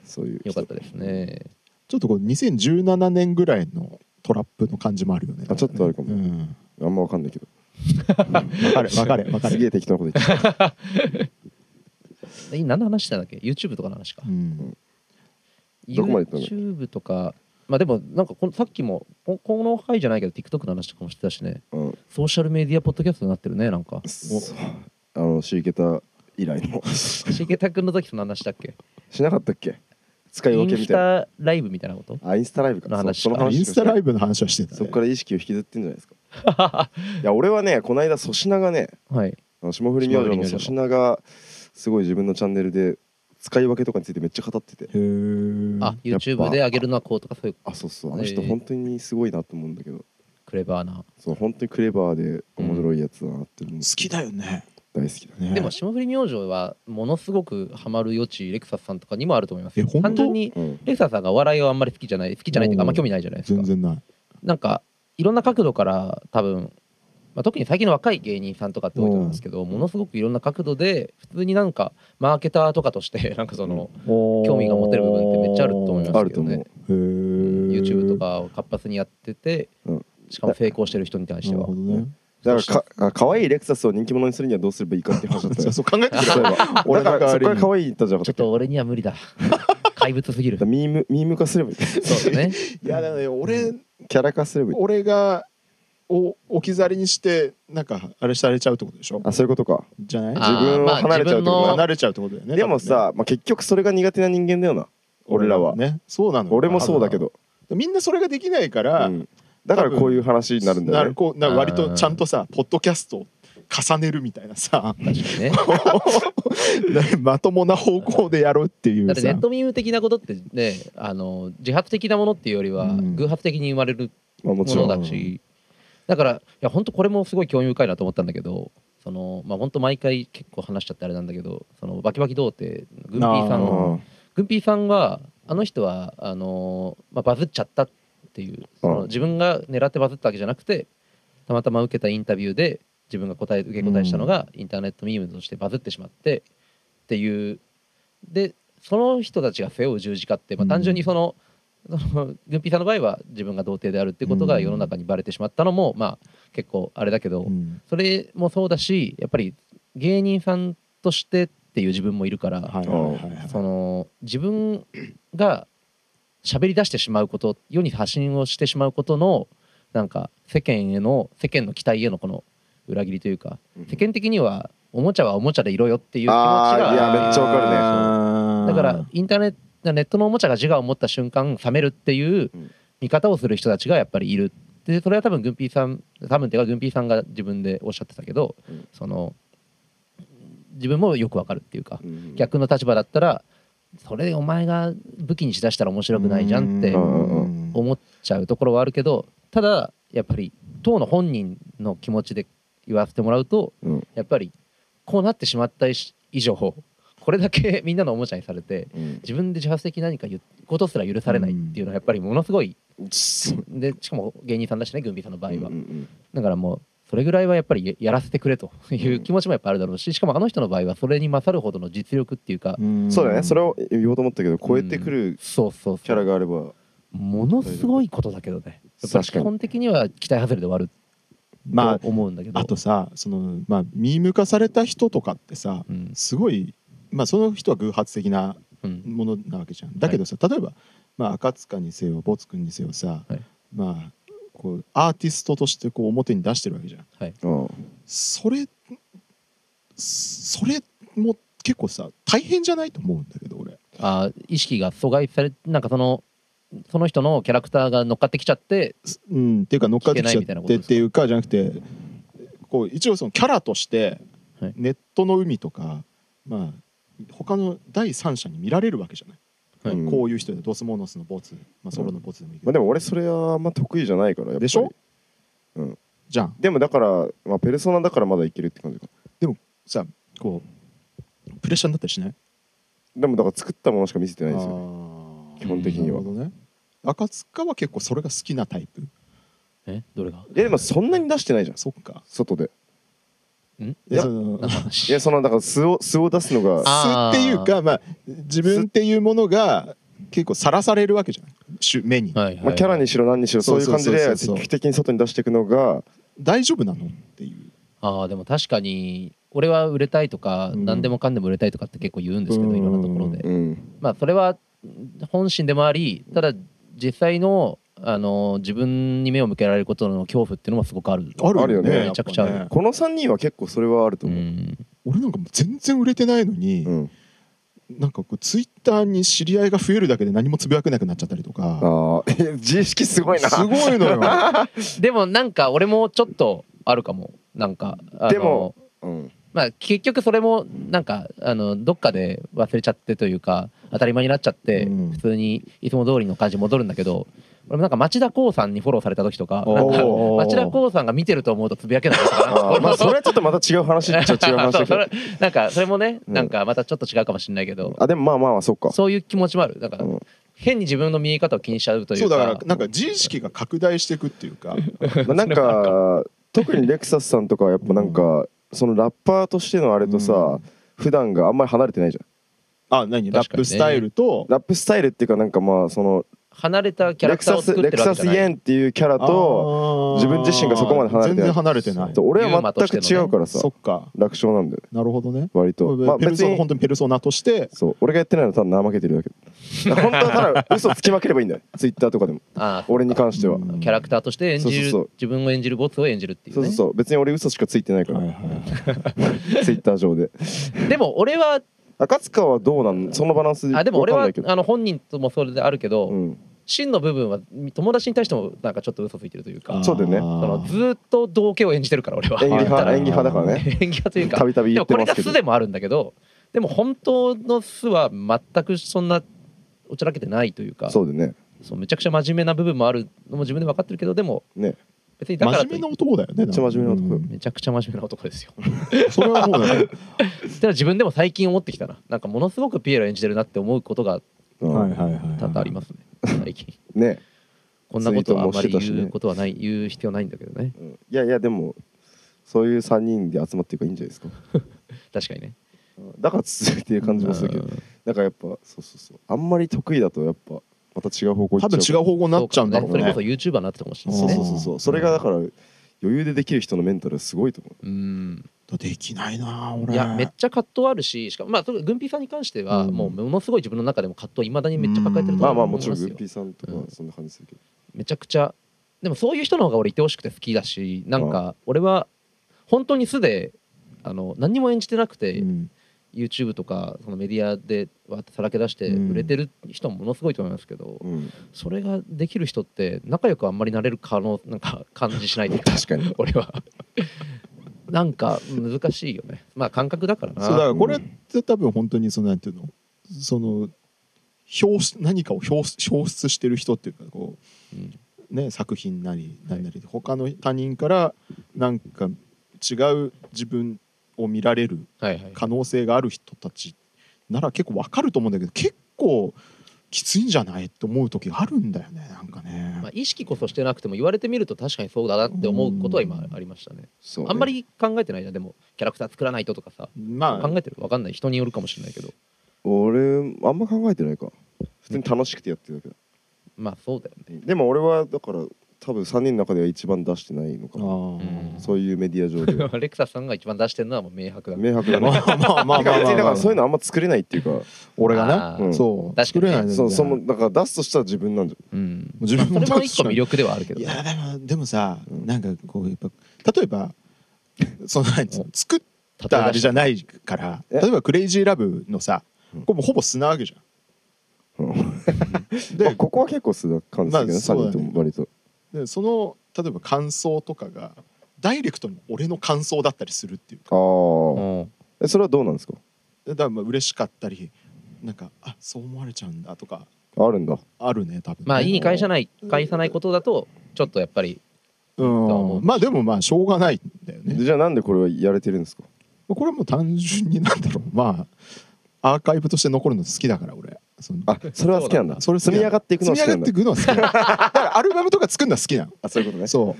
Speaker 3: そういう
Speaker 4: うよ
Speaker 3: 人。
Speaker 4: かったですね
Speaker 2: ちょっとこう2017年ぐらいのトラップの感じもあるよね
Speaker 3: あちょっとあるかも
Speaker 2: うん
Speaker 3: あんまわかんないけど。
Speaker 2: わかるわ (laughs) かるわか
Speaker 3: す
Speaker 2: る
Speaker 3: げえ適当なこと言ってた。
Speaker 4: え何の話したんだっけ YouTube とかの話か
Speaker 2: うん
Speaker 3: どこまで行った
Speaker 4: YouTube とかまあでもなんかこのさっきもここの回じゃないけど TikTok の話とかもしてたしね
Speaker 3: うん。
Speaker 4: ソーシャルメディアポッドキャストになってるねなんか
Speaker 3: そうあのシーケタ以来の
Speaker 4: しげたくんの時その話だっけ
Speaker 3: しなかったっけ？使い
Speaker 4: イ
Speaker 3: 分け
Speaker 4: ン
Speaker 3: み
Speaker 4: ス
Speaker 3: たいな。
Speaker 4: タライブみたいなこと (laughs)
Speaker 3: あインスタライブか。
Speaker 4: の
Speaker 3: そう
Speaker 4: 話
Speaker 3: その
Speaker 4: あ
Speaker 3: 話。
Speaker 2: インスタライブの話はしてた、ね、
Speaker 3: そこから意識を引きずってんじゃないですか。いや俺はねこの間粗品がね
Speaker 4: はい
Speaker 3: あの霜降り明星の粗品がすごい自分のチャンネルで使い分けとかについてめっちゃ語ってて。
Speaker 2: へー
Speaker 4: あ YouTube で上げるのはこうとかそういう
Speaker 3: あそうそうあの人
Speaker 4: えー
Speaker 3: 本当にすごいなと思うんだけど、
Speaker 4: クレバーな
Speaker 3: そう本当にクレバーで面白いやつだなって思う
Speaker 2: 好きだよね
Speaker 3: 大好きだね。
Speaker 2: ね
Speaker 4: でも霜降り明星はものすごくハマる余地レクサスさんとかにもあると思いますよ
Speaker 2: え本当
Speaker 4: 単純に
Speaker 3: うん
Speaker 4: レクサスさんがお笑いをあんまり好きじゃない好きじゃないっていうかあんま興味ないじゃないですか
Speaker 2: 全然ない
Speaker 4: なんかいろんな角度から多分、まあ、特に最近の若い芸人さんとかって多いと思うんですけど、ものすごくいろんな角度で普通になんかマーケターとかとして (laughs) なんかその、
Speaker 2: 興
Speaker 4: 味が持てる部分ってめっちゃあると思います
Speaker 3: あると思う。
Speaker 2: へー
Speaker 4: YouTube とかを活発にやってて、
Speaker 3: うん
Speaker 4: しかも成功してる人に対して
Speaker 2: なる
Speaker 4: は
Speaker 2: ほどね
Speaker 3: だからかあ可愛いレクサスを人気者にするにはどうすればいいかっていう話だった
Speaker 2: じゃ
Speaker 3: よ
Speaker 2: あ。 (laughs) そう考えてみ
Speaker 3: そういえば俺だからそこから可愛い言ったじゃん。
Speaker 4: ちょっと俺には無理だ怪物すぎる
Speaker 3: ミームミーム化すればいい。
Speaker 4: そうだね
Speaker 2: いやだからね俺
Speaker 3: キャラ化すればいい。
Speaker 2: 俺がお置き去りにしてなんかあれされちゃうってことでしょ
Speaker 3: あそういうことか。
Speaker 2: じゃない
Speaker 4: あー
Speaker 3: 自分を離れちゃうってこと
Speaker 4: まあ自分の
Speaker 2: 離れちゃうってことだよね
Speaker 3: でもさ、まあ結局それが苦手な人間だよな。俺らは。
Speaker 2: ねそうなのよ
Speaker 3: 俺もそうだけど。
Speaker 2: みんなそれができないから、
Speaker 3: うんだからこういう話になるんだ
Speaker 2: な
Speaker 3: よ
Speaker 2: る
Speaker 3: ね。
Speaker 2: こうな割
Speaker 4: あ
Speaker 2: と
Speaker 4: ー
Speaker 2: ちゃんとさポッドキャストを重ねるみたいなさ (laughs)
Speaker 4: 確かに (laughs) ね
Speaker 2: まともな方向でやろうっていう
Speaker 4: だって
Speaker 2: さ
Speaker 4: ネットミーム的なことってねあの自発的なものっていうよりは
Speaker 2: うん
Speaker 4: 偶発的に生まれる
Speaker 3: まあも
Speaker 4: も
Speaker 3: ちろ
Speaker 4: の
Speaker 3: ん。
Speaker 4: だしだからいや本当これもすごい興味深いなと思ったんだけどそのまあ本当毎回結構話しちゃってあれなんだけどそのバキバキ童貞グンピーさ
Speaker 2: あ
Speaker 4: ん
Speaker 2: ー
Speaker 3: うん
Speaker 4: グンピーさんはあの人はあの、まあ、バズっちゃったっていうその自分が狙ってバズったわけじゃなくてたまたま受けたインタビューで自分が答え受け答えしたのがインターネットミームとしてバズってしまってっていうでその人たちが背負う十字架って、まあ、単純にその。そのグンピーさんの場合は自分が童貞であるっていうこと
Speaker 2: う
Speaker 4: が
Speaker 2: ん
Speaker 4: 世の中にバレてしまったのも、まあ結構あれだけど、
Speaker 2: うん
Speaker 4: それもそうだしやっぱり芸人さんとしてっていう自分もいるから、
Speaker 2: はいはいはいはい
Speaker 4: その自分が喋り出してしまうこと世に発信をしてしまうことのなんか世間への世間の期待へのこの裏切りというか
Speaker 3: うん
Speaker 4: 世間的にはおもちゃはおもちゃでいろよっていう気持ち
Speaker 3: あーいや
Speaker 4: が
Speaker 3: めっちゃわかるね
Speaker 4: だからインターネットネットのおもちゃが自我を持った瞬間冷めるっていう
Speaker 3: うん
Speaker 4: 見方をする人たちがやっぱりいるでそれは多分グンピーさん多分っていうかグンピーさんが自分でおっしゃってたけど、
Speaker 3: うん
Speaker 4: その自分もよくわかるっていうか
Speaker 3: うん
Speaker 4: 逆の立場だったらそれお前が武器にしだしたら面白くないじゃんって
Speaker 3: うん
Speaker 4: 思っちゃうところはあるけどただやっぱり当の本人の気持ちで言わせてもらうと
Speaker 3: うん
Speaker 4: やっぱりこうなってしまった以上これだけみんなのおもちゃにされて
Speaker 3: うん
Speaker 4: 自分で自発的に何か言うことすら許されないっていうのはやっぱりものすごいでしかも芸人さんだしねグンビーさんの場合は
Speaker 3: うんうん
Speaker 4: だからもうそれぐらいはやっぱりややらせてくれといううん気持ちもやっぱあるだろうししかもあの人の場合はそれに勝るほどの実力っていうか
Speaker 3: うんそうだね。それ
Speaker 2: を
Speaker 3: を言おうと思ったけど超えてくる
Speaker 4: そうそう
Speaker 3: キ
Speaker 4: そ
Speaker 3: ャラ
Speaker 4: う
Speaker 3: があれば
Speaker 4: ものすごいことだけどねやっぱり
Speaker 3: 確か
Speaker 4: 基
Speaker 3: に
Speaker 4: 本的には期待外れで終わる
Speaker 2: まあ
Speaker 4: と思うんだけど
Speaker 2: あとさそのまあミーム化された人とかってさ
Speaker 4: うん
Speaker 2: すごいまあその人は偶発的な
Speaker 4: うん
Speaker 2: ものなわけじゃんだけどさ、例えば、まあ、赤塚にせよボツ君にせよさ、
Speaker 4: はい
Speaker 2: まあこうアーティストとしてこう表に出してるわけじゃん
Speaker 3: うん
Speaker 2: それそれも結構さ大変じゃないと思うんだけど俺
Speaker 4: あー意識が阻害されなんかそのその人のキャラクターが乗っかってきちゃって
Speaker 2: うん、っていうか乗っかってきちゃ
Speaker 4: 聞けないみたいな
Speaker 2: っ
Speaker 4: こと
Speaker 2: て
Speaker 4: で
Speaker 2: っ
Speaker 4: すか
Speaker 2: ていうかじゃなくてこう一応そのキャラとして
Speaker 4: はい
Speaker 2: ネットの海とか、まあ他の第三者に見られるわけじゃない、
Speaker 4: はい
Speaker 3: うん
Speaker 2: こういう人でドスモノスのボツ、まあ、ソロのボツでもいいけ
Speaker 3: ま
Speaker 2: ど、
Speaker 3: あ、でも俺それはあんま得意じゃないからやっぱり
Speaker 2: でしょじゃん
Speaker 3: でもだから、まあ、ペルソナだからまだいけるって感じか
Speaker 2: さこうプレッシャーになったりしない
Speaker 3: でもだから作ったものしか見せてないですよ
Speaker 2: あー
Speaker 3: 基本的には
Speaker 2: なるほどね赤塚は結構それが好きなタイプ
Speaker 4: えどれが
Speaker 3: いやでもそんなに出してないじゃん
Speaker 2: そっか
Speaker 3: 外で
Speaker 2: で
Speaker 3: いや
Speaker 2: その
Speaker 4: 何の
Speaker 3: い
Speaker 4: 話
Speaker 3: やそのだから素を素を出すのが
Speaker 4: あー
Speaker 2: 素っていうかまあ自分っていうものが結構さらされるわけじゃないしゅ目に
Speaker 4: はいはい
Speaker 3: まあ、キャラにしろ何にしろそういう感じ
Speaker 2: そうそ
Speaker 3: で
Speaker 2: うそうそう
Speaker 3: 積極的に外に出していくのが
Speaker 2: 大丈夫なのっていう
Speaker 4: ああでも確かに俺は売れたいとか、
Speaker 2: うん
Speaker 4: 何でもかんでも売れたいとかって結構言うんですけど、
Speaker 2: うん
Speaker 4: いろんなところで、
Speaker 3: うん
Speaker 4: まあそれは本心でもありただ実際のあの自分に目を向けられることの恐怖っていうのもすごくある
Speaker 2: ある
Speaker 3: あるよね
Speaker 2: やっぱ
Speaker 4: めちゃくちゃある
Speaker 3: この3人は結構それはあると
Speaker 4: う
Speaker 3: 思う、
Speaker 4: ん
Speaker 2: 俺なんかもう全然売れてないのに、
Speaker 3: うん
Speaker 2: なんかこうツイッターに知り合いが増えるだけで何もつぶやけなくなっちゃったりとか
Speaker 3: ああ自意識すごいな
Speaker 2: すごい
Speaker 4: (laughs)
Speaker 2: のよ
Speaker 4: でもなんか俺もちょっとあるかもなんかあの
Speaker 3: でもうん
Speaker 4: まあ結局それもなんかあのどっかで忘れちゃってというか当たり前になっちゃって
Speaker 2: うん
Speaker 4: 普通にいつも通りの感じに戻るんだけど俺もなんか町田光さんにフォローされた時とか
Speaker 2: おー
Speaker 4: なんか町田光さんが見てると思うとつぶやけないとかな
Speaker 3: あーまあそれはちょっとまた違う話っちゃ違う話だ
Speaker 4: そ
Speaker 3: け
Speaker 4: うそ (laughs)
Speaker 3: ど
Speaker 4: れなんかそれもね
Speaker 3: うん
Speaker 4: なんかまたちょっと違うかもしれないけど
Speaker 3: あでもまあまあまあそっか
Speaker 4: そういう気持ちもあるだから
Speaker 3: うん
Speaker 4: 変に自分の見え方を気にしちゃうとい
Speaker 2: そううだから
Speaker 4: か
Speaker 2: なんか自意識が拡大していくっていうか
Speaker 3: まあなんか特にレクサスさんとかはやっぱなんかそのラッパーとしてのあれと
Speaker 2: う
Speaker 3: さ普段があんまり離れてないじゃん
Speaker 2: あ何、ラッ
Speaker 4: 確かにね
Speaker 2: プスタイルと
Speaker 3: ラップスタイルっていうかなんかまあその
Speaker 4: 離れたキャ
Speaker 3: レ
Speaker 4: ラ
Speaker 3: ク
Speaker 4: クター
Speaker 3: サ
Speaker 4: を
Speaker 3: ス
Speaker 4: 作っ
Speaker 3: レ
Speaker 4: て
Speaker 3: ク
Speaker 4: るわ
Speaker 3: サ
Speaker 4: け
Speaker 3: ス
Speaker 4: じ
Speaker 3: イ
Speaker 4: ゃな
Speaker 3: エ
Speaker 4: い
Speaker 3: ンっていうキャラと
Speaker 2: あー
Speaker 3: 自分自身がそこまで離れてない
Speaker 2: 全然離れてない
Speaker 3: と俺は全く違うからさ
Speaker 2: そっか
Speaker 3: 楽勝なんだよ
Speaker 2: なるほどね
Speaker 3: 割とまあ
Speaker 2: ペル
Speaker 3: 別
Speaker 2: ソナ
Speaker 3: に
Speaker 2: 本当にペルソナとして
Speaker 3: そう俺がやってないのはただ怠けてるだけ本当はただ嘘つきまければいいん
Speaker 4: (laughs)
Speaker 3: だよツイッターとかでも
Speaker 4: あー
Speaker 3: 俺に関しては、
Speaker 2: うん
Speaker 4: キャラクターとして演じ
Speaker 3: そうそう
Speaker 4: る
Speaker 3: そう
Speaker 4: 自分を演じるボツを演じるってい
Speaker 3: そううそう
Speaker 4: ね
Speaker 3: そう別に俺嘘しかついて
Speaker 4: (laughs)
Speaker 3: ないから、
Speaker 2: はいはいはい
Speaker 3: ツイッター上で
Speaker 4: でも俺は
Speaker 3: 赤塚はどうなんそのバランス
Speaker 4: あでも俺
Speaker 3: わか
Speaker 4: は
Speaker 3: んないけど
Speaker 4: あの本人ともそれであるけど、
Speaker 3: うん、
Speaker 4: 真の部分は友達に対してもなんかちょっと嘘ついてるというか
Speaker 3: そうだよね
Speaker 2: あー
Speaker 4: そのずーっと同型を演じてるから俺は
Speaker 3: 演技
Speaker 4: 言った
Speaker 3: 派
Speaker 4: ら (laughs)
Speaker 3: 演技派だからね
Speaker 4: 演技派というか
Speaker 3: たびたび
Speaker 4: で
Speaker 3: 言っ
Speaker 4: も
Speaker 3: て
Speaker 4: これ
Speaker 3: ます
Speaker 4: が
Speaker 3: けど
Speaker 4: 素でもあるんだけどでも本当の素は全くそんなおちゃらけてないというか
Speaker 3: そうだよね
Speaker 4: そうめちゃくちゃ真面目な部分もあるのも自分で分かってるけどでも
Speaker 3: ね
Speaker 4: 別にだから
Speaker 2: 真
Speaker 4: とい
Speaker 2: 面目
Speaker 4: っ
Speaker 2: な男だよね
Speaker 3: めっちゃ真面目な男
Speaker 2: うん
Speaker 4: めちゃくちゃ真面目な男ですよ。
Speaker 2: それはもうだよ
Speaker 4: ただ自分でも最近思ってきたな。なんかものすごくピエロ演じてるなって思うことが
Speaker 3: うん
Speaker 2: はいはいはい
Speaker 4: 多々ありますね。最近。
Speaker 3: ね
Speaker 4: こんなことはあんま
Speaker 3: ツイ
Speaker 4: り
Speaker 3: ートもしてたしね
Speaker 4: 言うことはない、言う必要ないんだけどね。
Speaker 3: うんいやいやでもそういう3人で集まっていくばいいんじゃないですか
Speaker 4: 確かにね。
Speaker 3: だから続いてる感じもするけど
Speaker 4: うん
Speaker 3: だからやっぱそうそうそうあんまり得意だとやっぱまた違う方向行
Speaker 2: 多
Speaker 3: っちゃ
Speaker 2: 分違
Speaker 3: う
Speaker 2: う方向になっちゃうんだろう
Speaker 4: それ
Speaker 2: ね
Speaker 4: こそ YouTuber になってたかもしれない
Speaker 3: そう
Speaker 4: です
Speaker 3: そう
Speaker 4: ね
Speaker 3: そうそうそれがだから余裕でできる人のメンタルはすごいと思う
Speaker 4: うん
Speaker 2: できないな俺
Speaker 4: いやめっちゃ葛藤あるししかもまあ特に軍ピーさんに関しては
Speaker 2: うん
Speaker 4: もうものすごい自分の中でも葛藤いまだにめっちゃ抱えてると
Speaker 3: まあま
Speaker 4: 思
Speaker 3: あ
Speaker 4: い
Speaker 3: も
Speaker 4: ます
Speaker 3: ち
Speaker 4: よ
Speaker 3: ろんグッピーさんとかはそんな感じするけど、
Speaker 4: めちゃくちゃでもそういう人の方が俺いてほしくて好きだしなんか俺は本当に素であの何にも演じてなくて YouTube とかそのメディアでわーってさらけ出して
Speaker 2: うん
Speaker 4: 売れてる人もものすごいと思いますけど
Speaker 3: うん、
Speaker 4: それができる人って仲良くあんまりなれる可能なんか感じしないというか (laughs)
Speaker 3: 確かに
Speaker 4: 俺はなんか難しいよねまあ感覚だからな
Speaker 2: そうだからこれって多分本当にそのなんていうのその表出何かを表出表出してる人っていうかこ
Speaker 4: うん
Speaker 2: うね作品なり何なりで他の他人からなんか違う自分を見られる
Speaker 4: はいはい
Speaker 2: 可能性がある人たちなら結構わかると思うんだけど結構きついんじゃないって思う時があるんだよねなんかね
Speaker 4: まあ、意識こそしてなくても言われてみると確かにそうだなって思うことは今ありましたね
Speaker 3: そうね
Speaker 4: あんまり考えてないじゃんでもキャラクター作らないととかさ
Speaker 2: ま
Speaker 4: 考えてるわかんない人によるかもしれないけど
Speaker 3: 俺あんま考えてないか普通に楽しくてやってるだけだ
Speaker 4: まあそうだよね
Speaker 3: でも俺はだから多分3人の中では一番出してないのかな
Speaker 4: (laughs) うん
Speaker 3: そういうメディア上で
Speaker 4: (laughs)
Speaker 3: は
Speaker 4: レクサさんが一番出してるのはもう明白だ、
Speaker 3: 明白だね
Speaker 2: まあまあまあまあ
Speaker 3: てか (laughs) 別にだか
Speaker 2: まあ
Speaker 3: らそういうのあんま作れないっていうか
Speaker 2: 俺が
Speaker 4: あ
Speaker 2: ね
Speaker 3: ー
Speaker 2: そう
Speaker 4: 確か
Speaker 2: 作
Speaker 4: にね
Speaker 2: れないんだよね
Speaker 3: そうそのだから出すとしたら自分なんじ
Speaker 4: うん、
Speaker 2: 自分も
Speaker 4: まあそれも一個魅力ではあるけど
Speaker 2: い
Speaker 4: ね
Speaker 2: やでもでもさなんかこうやっぱ例えばその何作ったあれじゃないから
Speaker 3: え
Speaker 2: 例えば「クレイジーラブ」のさ
Speaker 3: うん
Speaker 2: これもうほぼ砂わけじゃん。
Speaker 3: ゃん、うんまあ
Speaker 2: で
Speaker 3: ここは結構する感じだけどね
Speaker 2: まあそうだね
Speaker 3: 3人とも割と
Speaker 2: でその例えば感想とかがダイレクトに俺の感想だったりするっていうか
Speaker 4: う
Speaker 3: ああ
Speaker 4: ん
Speaker 3: えそれはどうなんですか
Speaker 2: だからまあ嬉しかったりなんかあそう思われちゃうんだとか
Speaker 3: あるんだ
Speaker 2: あるね多分ね
Speaker 4: まあ意に介さない介さないことだとちょっとやっぱり
Speaker 2: うんまあでもまあしょうがないんだよね
Speaker 3: じゃあなんでこれはやれてるんですか
Speaker 2: これはもう単純になんだろうまあアーカイブとして残るの好きだから俺その
Speaker 3: あそれは好きなんだ
Speaker 2: それ好きな
Speaker 3: 積み上がっていくのは好
Speaker 2: 積み上
Speaker 3: きなん
Speaker 2: がっ
Speaker 3: だ
Speaker 2: ていくのは好きなのだからアルバムとか作るのは好きなの
Speaker 3: あそういうことね
Speaker 2: (laughs) そ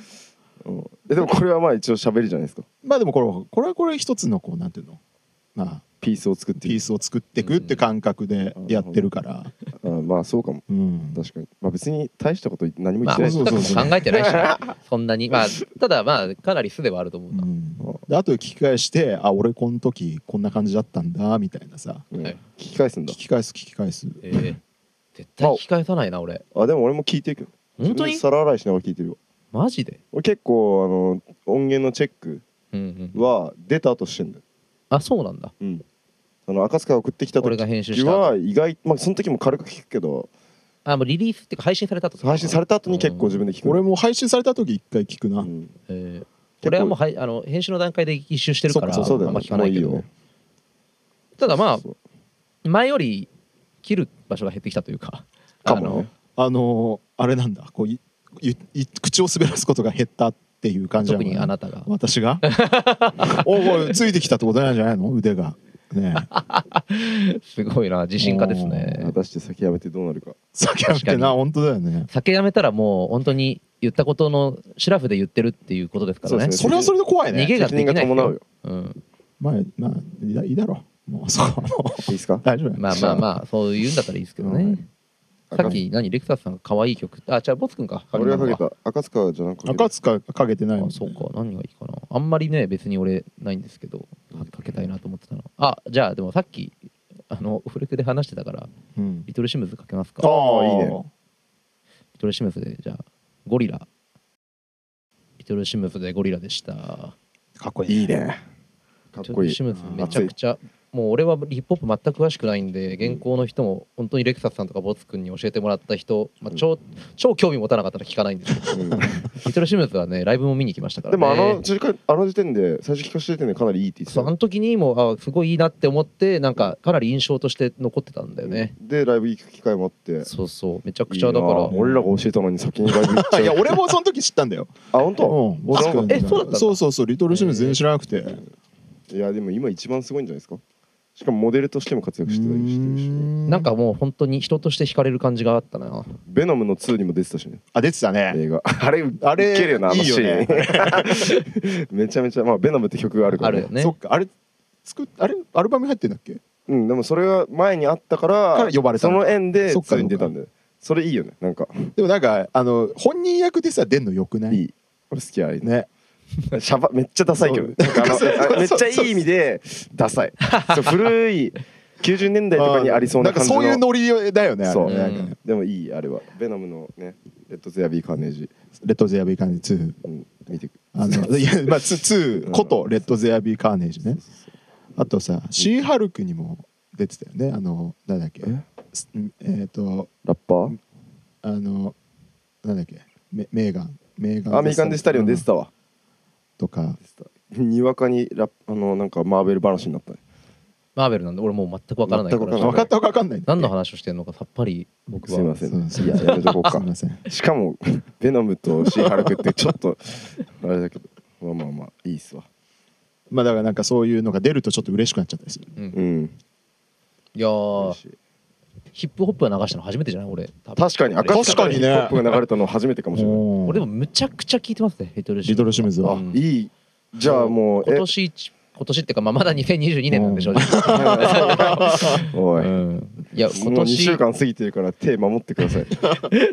Speaker 3: うんえでもこれはまあ一応喋るじゃないですか
Speaker 2: うまあでもこれこれはこれ一つのこうなんていうのまあ
Speaker 3: ピースを作ってい
Speaker 2: ピー
Speaker 3: く
Speaker 2: スを作っていくって感覚でやってるから
Speaker 3: あまあそうかも
Speaker 2: うん
Speaker 3: 確かにまあ別に大したこと何も言
Speaker 4: ま
Speaker 3: っ
Speaker 4: あ
Speaker 3: てない
Speaker 4: 深
Speaker 3: し
Speaker 4: く
Speaker 2: そうそう
Speaker 4: も
Speaker 2: そう
Speaker 4: 考えてないしね
Speaker 3: (laughs)
Speaker 4: そんなにまあただまあかなり素ではあると思う
Speaker 2: う
Speaker 4: な、
Speaker 2: ん、で後で聞き返してあ俺この時こんな感じだったんだみたいなさ
Speaker 3: うん
Speaker 4: はい
Speaker 3: 聞き返すん
Speaker 2: 聞
Speaker 3: だ
Speaker 2: き返す聞き返す
Speaker 4: えー絶対聞き返さないな俺
Speaker 3: あでも俺も聞いてるけど
Speaker 4: 本当に
Speaker 3: 自分で皿洗いしながら聞いてるわ
Speaker 4: マジで、
Speaker 3: 俺結構あの音源のチェック
Speaker 4: うんうん、
Speaker 3: は出た後してんだよ
Speaker 4: あそうなんだ
Speaker 3: うんあの赤塚が送ってきた
Speaker 4: 俺
Speaker 3: 時
Speaker 4: が編集した
Speaker 3: は意外まあその時も軽く聞くけど
Speaker 4: あもうリリースっていうか配信されたと
Speaker 3: 配信された後に結構自分で聞く
Speaker 2: 俺も配信された時一回聞くな、
Speaker 3: うん
Speaker 4: えーこれはもうはいあの編集の段階で一周してるから
Speaker 2: そ
Speaker 3: そうそうだ
Speaker 4: あ
Speaker 3: よ
Speaker 4: んま
Speaker 3: ね
Speaker 4: 聞かないけど
Speaker 3: もういいよ
Speaker 4: ただま
Speaker 3: そうそう
Speaker 4: あ前より切る場所が減ってきたというか
Speaker 3: かもね
Speaker 2: あのーあれなんだこういいい口を滑らすことが減ったっていう
Speaker 4: あ
Speaker 2: 感
Speaker 4: の
Speaker 2: じな
Speaker 4: 特
Speaker 2: の
Speaker 4: にあなたが
Speaker 2: 私が (laughs) おいおいついてきたってことなんじゃないの腕がねえ
Speaker 4: すごいな自信家ですね
Speaker 3: 果たして先やめてどうなるか
Speaker 2: 酒やめてな本当だよね
Speaker 4: 酒やめたらもう本当に言ったことのシラフで言ってるっていうことですから
Speaker 3: そう
Speaker 4: ね
Speaker 3: です
Speaker 2: それはそれで怖い
Speaker 4: 逃げ
Speaker 2: ね
Speaker 4: が
Speaker 3: 責
Speaker 4: でき
Speaker 3: 任
Speaker 4: ない
Speaker 3: が伴
Speaker 4: ですよ
Speaker 3: うよ
Speaker 4: うん、
Speaker 2: まあまあいいだいいだろうもうそこはもう
Speaker 3: いいですか
Speaker 2: 大丈夫だよ
Speaker 4: まあまあまあそういうんだったらいいですけどね、
Speaker 2: うん
Speaker 4: さっき何レクサスさんが可愛い曲あじゃあボス君か
Speaker 3: 俺がかけ
Speaker 4: のは
Speaker 3: た赤塚じゃなくて
Speaker 2: 赤塚かけてないもん
Speaker 4: あ
Speaker 2: ね
Speaker 4: そうか何がいいかなあんまりね別に俺ないんですけどかかけたいなと思ってたのあじゃあでもさっきあのフレクで話してたから
Speaker 2: うん
Speaker 4: リトルシムズかけますか
Speaker 2: あ
Speaker 4: リ
Speaker 2: あいい
Speaker 3: いいね
Speaker 2: ね
Speaker 4: トルシムズでじゃあゴリラリトルシムズでゴリラでした
Speaker 2: かっこいい
Speaker 3: いいねかっ
Speaker 4: ちょっ
Speaker 3: こといい
Speaker 4: シムズめちゃくちゃもう俺はヒップホップ全く詳しくないんで原稿の人も本当にレクサスさんとかボツ君に教えてもらった人、まあ、超超興味持たなかったら聞かないんです
Speaker 3: (laughs)
Speaker 4: け
Speaker 3: う
Speaker 4: ど
Speaker 3: ん
Speaker 4: リトルシムズはねライブも見に来ましたから、
Speaker 3: で
Speaker 4: ね、
Speaker 3: もあ
Speaker 4: (laughs)
Speaker 3: の時間あの時点で最初聞かせた時点でかなりいいって言って
Speaker 4: そ
Speaker 3: た
Speaker 4: う
Speaker 3: よ
Speaker 4: あの時にもあすごいいいなって思ってなんかかなり印象として残ってたんだよね、
Speaker 3: でライブ行く機会もあって
Speaker 4: そうそうめちゃく
Speaker 3: いい
Speaker 4: ちゃ
Speaker 3: な
Speaker 4: だから
Speaker 3: 俺らが教えたのに先にライブ行っちゃ
Speaker 4: (laughs)
Speaker 2: あ
Speaker 3: う
Speaker 2: いや俺もその時知ったん (laughs) だよ。
Speaker 3: あ本当
Speaker 2: うん、ボス君
Speaker 4: えそうだったんだ
Speaker 2: そうそうそうリトルシムズ全然知らなくて。
Speaker 3: いやでも今一番すごいんじゃないですかしかもモデルとしても活躍してたりしてるし
Speaker 4: なんかもう本当に人として惹かれる感じがあったな
Speaker 3: ベノムの2にも出てたしね
Speaker 2: あ出てたね。
Speaker 3: 映画あれ
Speaker 2: あれ
Speaker 3: ウケるよなあの
Speaker 2: いい
Speaker 3: シ
Speaker 2: よね
Speaker 3: ーン (laughs) めちゃめちゃまあベノムって曲があるか
Speaker 4: あ
Speaker 3: ら
Speaker 4: る
Speaker 3: ね
Speaker 4: よね
Speaker 2: そっかあれ作っあれアルバムに入ってんだっけ？
Speaker 3: うんでもそれが前にあった
Speaker 2: か
Speaker 3: か
Speaker 2: ら
Speaker 3: ら
Speaker 2: 呼ばれた
Speaker 3: その縁で
Speaker 2: そっか
Speaker 3: 2に出たんでそれいいよねなんか
Speaker 2: でもなんかあの本人役でさ出んのよくない？
Speaker 3: いい俺好きああいうの
Speaker 2: ね。
Speaker 3: (laughs) シャバめっちゃダサいけどなんかあのあめっちゃいい意味でダ
Speaker 2: (laughs)
Speaker 3: サいそう古い90年代とかにありそうな感じ
Speaker 2: んかそういう
Speaker 3: の
Speaker 2: ノリだよね。あれ
Speaker 3: そう
Speaker 2: ねなんかね
Speaker 3: でもいいあれはベノムのねレッドゼアビーカーネージ
Speaker 2: レッドゼアビーカーネージ2。
Speaker 3: うん見てく
Speaker 2: あのいやまあツ2ことレッドゼアビーカーネージね。あとさシーハルクにも出てたよね。あのなんだっけ？すえっと
Speaker 3: ラッパー
Speaker 2: あのなんだっけ？メメーガンメーガン
Speaker 3: アメリカンデスタリオン出てたわ
Speaker 2: とか。
Speaker 3: にわかにラッあのなんかマーベル話になったね
Speaker 4: マーベルなんで俺もう全くわからないから
Speaker 3: 全くわ
Speaker 2: 分
Speaker 3: らな
Speaker 2: か
Speaker 3: い
Speaker 2: ったか分かんないんだっけ
Speaker 4: 何の話をしてんのかさっぱり僕
Speaker 3: すいま
Speaker 4: は
Speaker 3: せ
Speaker 2: そうんそう
Speaker 3: いややめとこう
Speaker 2: す
Speaker 3: か
Speaker 2: みません。
Speaker 3: しかも (laughs) ベノムとシーハルクってちょっとあれだけどまあまあまあいいっすわ
Speaker 2: まあだからなんかそういうのが出るとちょっと嬉しくなっちゃったりする。
Speaker 3: うん
Speaker 4: いや
Speaker 3: 嬉
Speaker 4: ー
Speaker 3: しい
Speaker 4: ヒップホップは流したの初めてじゃない俺多分
Speaker 3: 確かに赤
Speaker 2: 確かにね
Speaker 3: ヒップホップが流れたの初めてかもしれない
Speaker 4: 俺で
Speaker 2: 俺
Speaker 4: もむちゃくちゃ聞いてますねヘトルシ
Speaker 2: リトルシムズは
Speaker 4: うん
Speaker 3: いいじゃあもう
Speaker 4: 今年一今年っていうかまあまだ2022年なんでしょうね、
Speaker 3: おい、
Speaker 4: うんいや今 (laughs)
Speaker 3: もう2
Speaker 4: 年
Speaker 3: 週間過ぎてるから手守ってください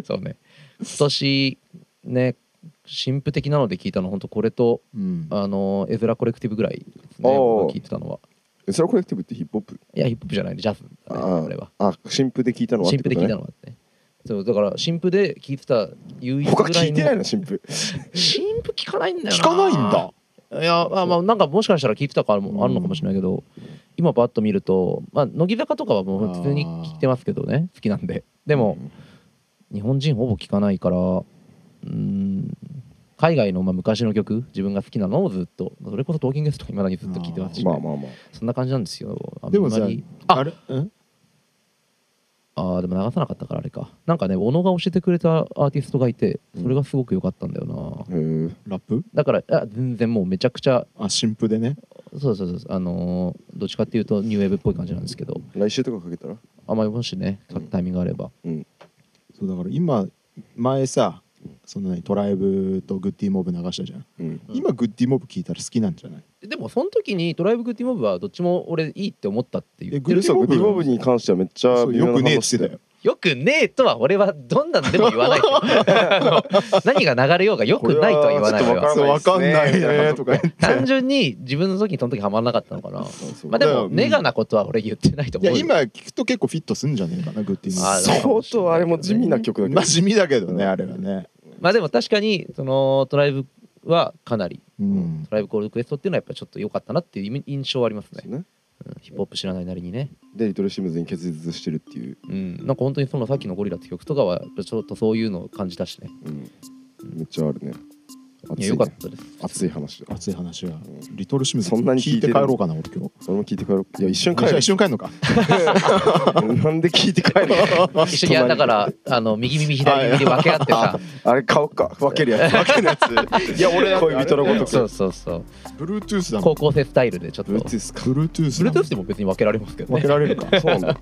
Speaker 4: そうね今年ね神父的なので聞いたの本当これと
Speaker 2: うん
Speaker 4: あの絵面コレクティブぐらいですね
Speaker 3: おー
Speaker 4: 僕が聞いてたのは
Speaker 3: えそれはコレクティブってヒップホップ
Speaker 4: いやヒップホップじゃないねジャズだね
Speaker 3: あ
Speaker 4: あれは
Speaker 3: あ新婦で聞いたのは
Speaker 4: 新婦で聞い
Speaker 3: の
Speaker 4: たのがあってねそうだから新婦で聞いてた唯一ぐ
Speaker 3: 他
Speaker 4: ら
Speaker 3: 聞
Speaker 4: い
Speaker 3: いてない
Speaker 4: の
Speaker 3: の新婦
Speaker 4: 新婦聞かないんだよな
Speaker 2: 聞かないんだ
Speaker 4: いやあまあなんかもしかしたら聞いてたからもあるのかもしれないけど、今バッと見ると、まあ、乃木坂とかはもう普通に聞いてますけどね好きなんででも日本人ほぼ聞かないからうーん海外のまあ昔の曲自分が好きなのをずっとそれこそ「トーキングス」とかいまだにずっと聞いてますし、
Speaker 3: まあまあまあ
Speaker 4: そんな感じなんですよあんまり
Speaker 2: でもさ
Speaker 4: あ
Speaker 2: れうん
Speaker 4: あーでも流さなかったからあれかなんかね小野が教えてくれたアーティストがいてそれがすごく良かったんだよな、
Speaker 3: へえ
Speaker 2: ラップ
Speaker 4: だからあ全然もうめちゃくちゃ
Speaker 2: あ新婦でね
Speaker 4: そうそうそうあのーどっちかっていうとニューウェーブっぽい感じなんですけど
Speaker 3: 来週とかかけたら
Speaker 4: あまりもしね書くタイミングがあれば、
Speaker 3: うん
Speaker 2: そうだから今前さその何トライブとグッディモブ流したじゃん、
Speaker 3: うん
Speaker 4: うん
Speaker 2: 今グッディモブ聞いたら好きなんじゃない
Speaker 4: でもその時に「ドライブ・グッディ・モブ」はどっちも俺いいって思ったっていう
Speaker 2: えグッディ
Speaker 3: そう
Speaker 2: モ
Speaker 3: グ
Speaker 2: ブ
Speaker 3: ッディモブに関してはめっちゃ
Speaker 2: そう
Speaker 3: 微妙
Speaker 2: よ
Speaker 3: な
Speaker 2: くねえっ
Speaker 3: 話
Speaker 2: つってたよ
Speaker 4: よくねえとは俺はどんなんでも言わないけ (laughs) どあの何が流れようがよくないとは言わない
Speaker 3: これは
Speaker 4: よ
Speaker 3: ちょっと
Speaker 2: そうわかんない
Speaker 3: わかんないっ
Speaker 2: ね
Speaker 3: すね
Speaker 2: とか言って
Speaker 4: 単純に自分の時にその時ハマらなかったのかな
Speaker 3: そう
Speaker 4: まあで
Speaker 2: だよ
Speaker 4: も
Speaker 2: うん
Speaker 4: ネガなことは俺言ってないと
Speaker 2: いや
Speaker 4: 思うよ
Speaker 2: 今聞くと結構フィットすんじゃねえかなグッディモ
Speaker 4: あ
Speaker 2: ブ
Speaker 4: ーそう
Speaker 3: 相当あれも地味な曲だけど
Speaker 2: まあ地味だけどねあれはね
Speaker 4: まあでも確かにそのドライブはかなり
Speaker 2: うん
Speaker 4: ドライブコールドクエストっていうのはやっぱちょっと良かったなっていう意味印象はありますね、
Speaker 3: ね
Speaker 4: うんヒップホップ知らないなりにね
Speaker 3: でリトルシムズに結実してるっていう
Speaker 4: うんなんか本当にそのさっきのゴリラって曲とかはやっぱちょっとそういうのを感じたしね
Speaker 3: うんめっちゃあるね熱
Speaker 4: い
Speaker 3: い
Speaker 4: や
Speaker 3: ね
Speaker 4: 良かったです
Speaker 3: 熱い話だ
Speaker 2: 熱い話はリトルシムズ
Speaker 3: そんなに
Speaker 2: 聞
Speaker 3: 聞
Speaker 2: い
Speaker 3: い
Speaker 2: て
Speaker 3: て
Speaker 2: 帰
Speaker 3: る
Speaker 2: ろうかな俺今
Speaker 3: 俺も聞いて帰ろういや一瞬帰
Speaker 2: 日
Speaker 3: る
Speaker 2: 一緒に帰るのか
Speaker 3: (laughs) なんで聞いて帰るの
Speaker 4: 一緒にやだからあの右耳左耳で分け合って (laughs) さ
Speaker 3: (laughs) あれ買おうか分けるやつ分けるやついや俺恋人のごと
Speaker 4: そう
Speaker 3: く
Speaker 4: そうそう
Speaker 2: ブルートゥースだもん
Speaker 4: 高校生スタイルでちょっと
Speaker 3: ブルートゥ
Speaker 4: ブ
Speaker 3: ースか
Speaker 2: ブルートゥース
Speaker 4: ルートゥースでも別に分けられますけど
Speaker 2: 分
Speaker 4: ね
Speaker 2: けられるか
Speaker 3: そうなんだ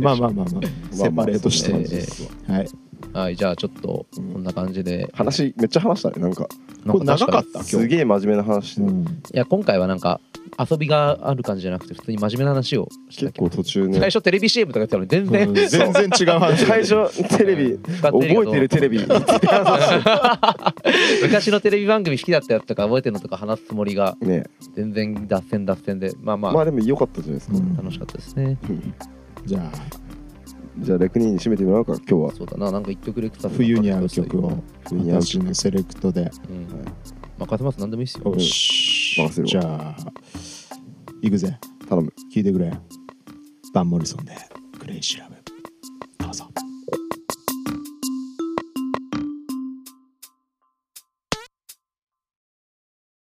Speaker 2: まあまあまあまあ (laughs) セパレートして
Speaker 3: まあまあそんな感じですわ
Speaker 2: はい
Speaker 4: はいじゃあちょっとこんな感じで
Speaker 3: 話めっちゃ話したねなんか
Speaker 4: な
Speaker 2: こ
Speaker 4: ん
Speaker 2: れ長かっ
Speaker 4: 確に
Speaker 2: た今日
Speaker 3: すげえ真面目な話して
Speaker 2: う
Speaker 3: た
Speaker 2: ん
Speaker 4: いや今回はなんか遊びがある感じじゃなくて普通に真面目な話をした
Speaker 3: 結
Speaker 4: けど
Speaker 3: 構途中
Speaker 4: 最
Speaker 3: ね
Speaker 4: 初テレビ CM とかやってたのに全然、
Speaker 2: 全然違う話
Speaker 3: 最初テレビ
Speaker 4: 使っ
Speaker 3: 覚
Speaker 4: てるけど
Speaker 3: えてるテレビ
Speaker 4: 昔のテレビ番組好きだったやつとか覚えてるのとか話すつもりが
Speaker 3: ね
Speaker 4: 全然脱線脱線でまあま
Speaker 3: まあ
Speaker 4: あ
Speaker 3: でも良かったじゃないですか
Speaker 2: うん
Speaker 4: 楽しかったですね、
Speaker 2: じゃあ
Speaker 3: じゃあレクニーに締めてもらおうか今日は
Speaker 4: そうだななんか一曲レクサス
Speaker 2: 冬に合う曲を
Speaker 3: 冬に合う
Speaker 2: 私
Speaker 3: 曲
Speaker 2: のセレクトで
Speaker 4: うん任せます何でもいいっすよ
Speaker 2: よし
Speaker 3: 任せるわ
Speaker 2: じゃあ行くぜ
Speaker 3: 頼む
Speaker 2: 聞いてくれバン・モリソンで「クレイジー・ラブ」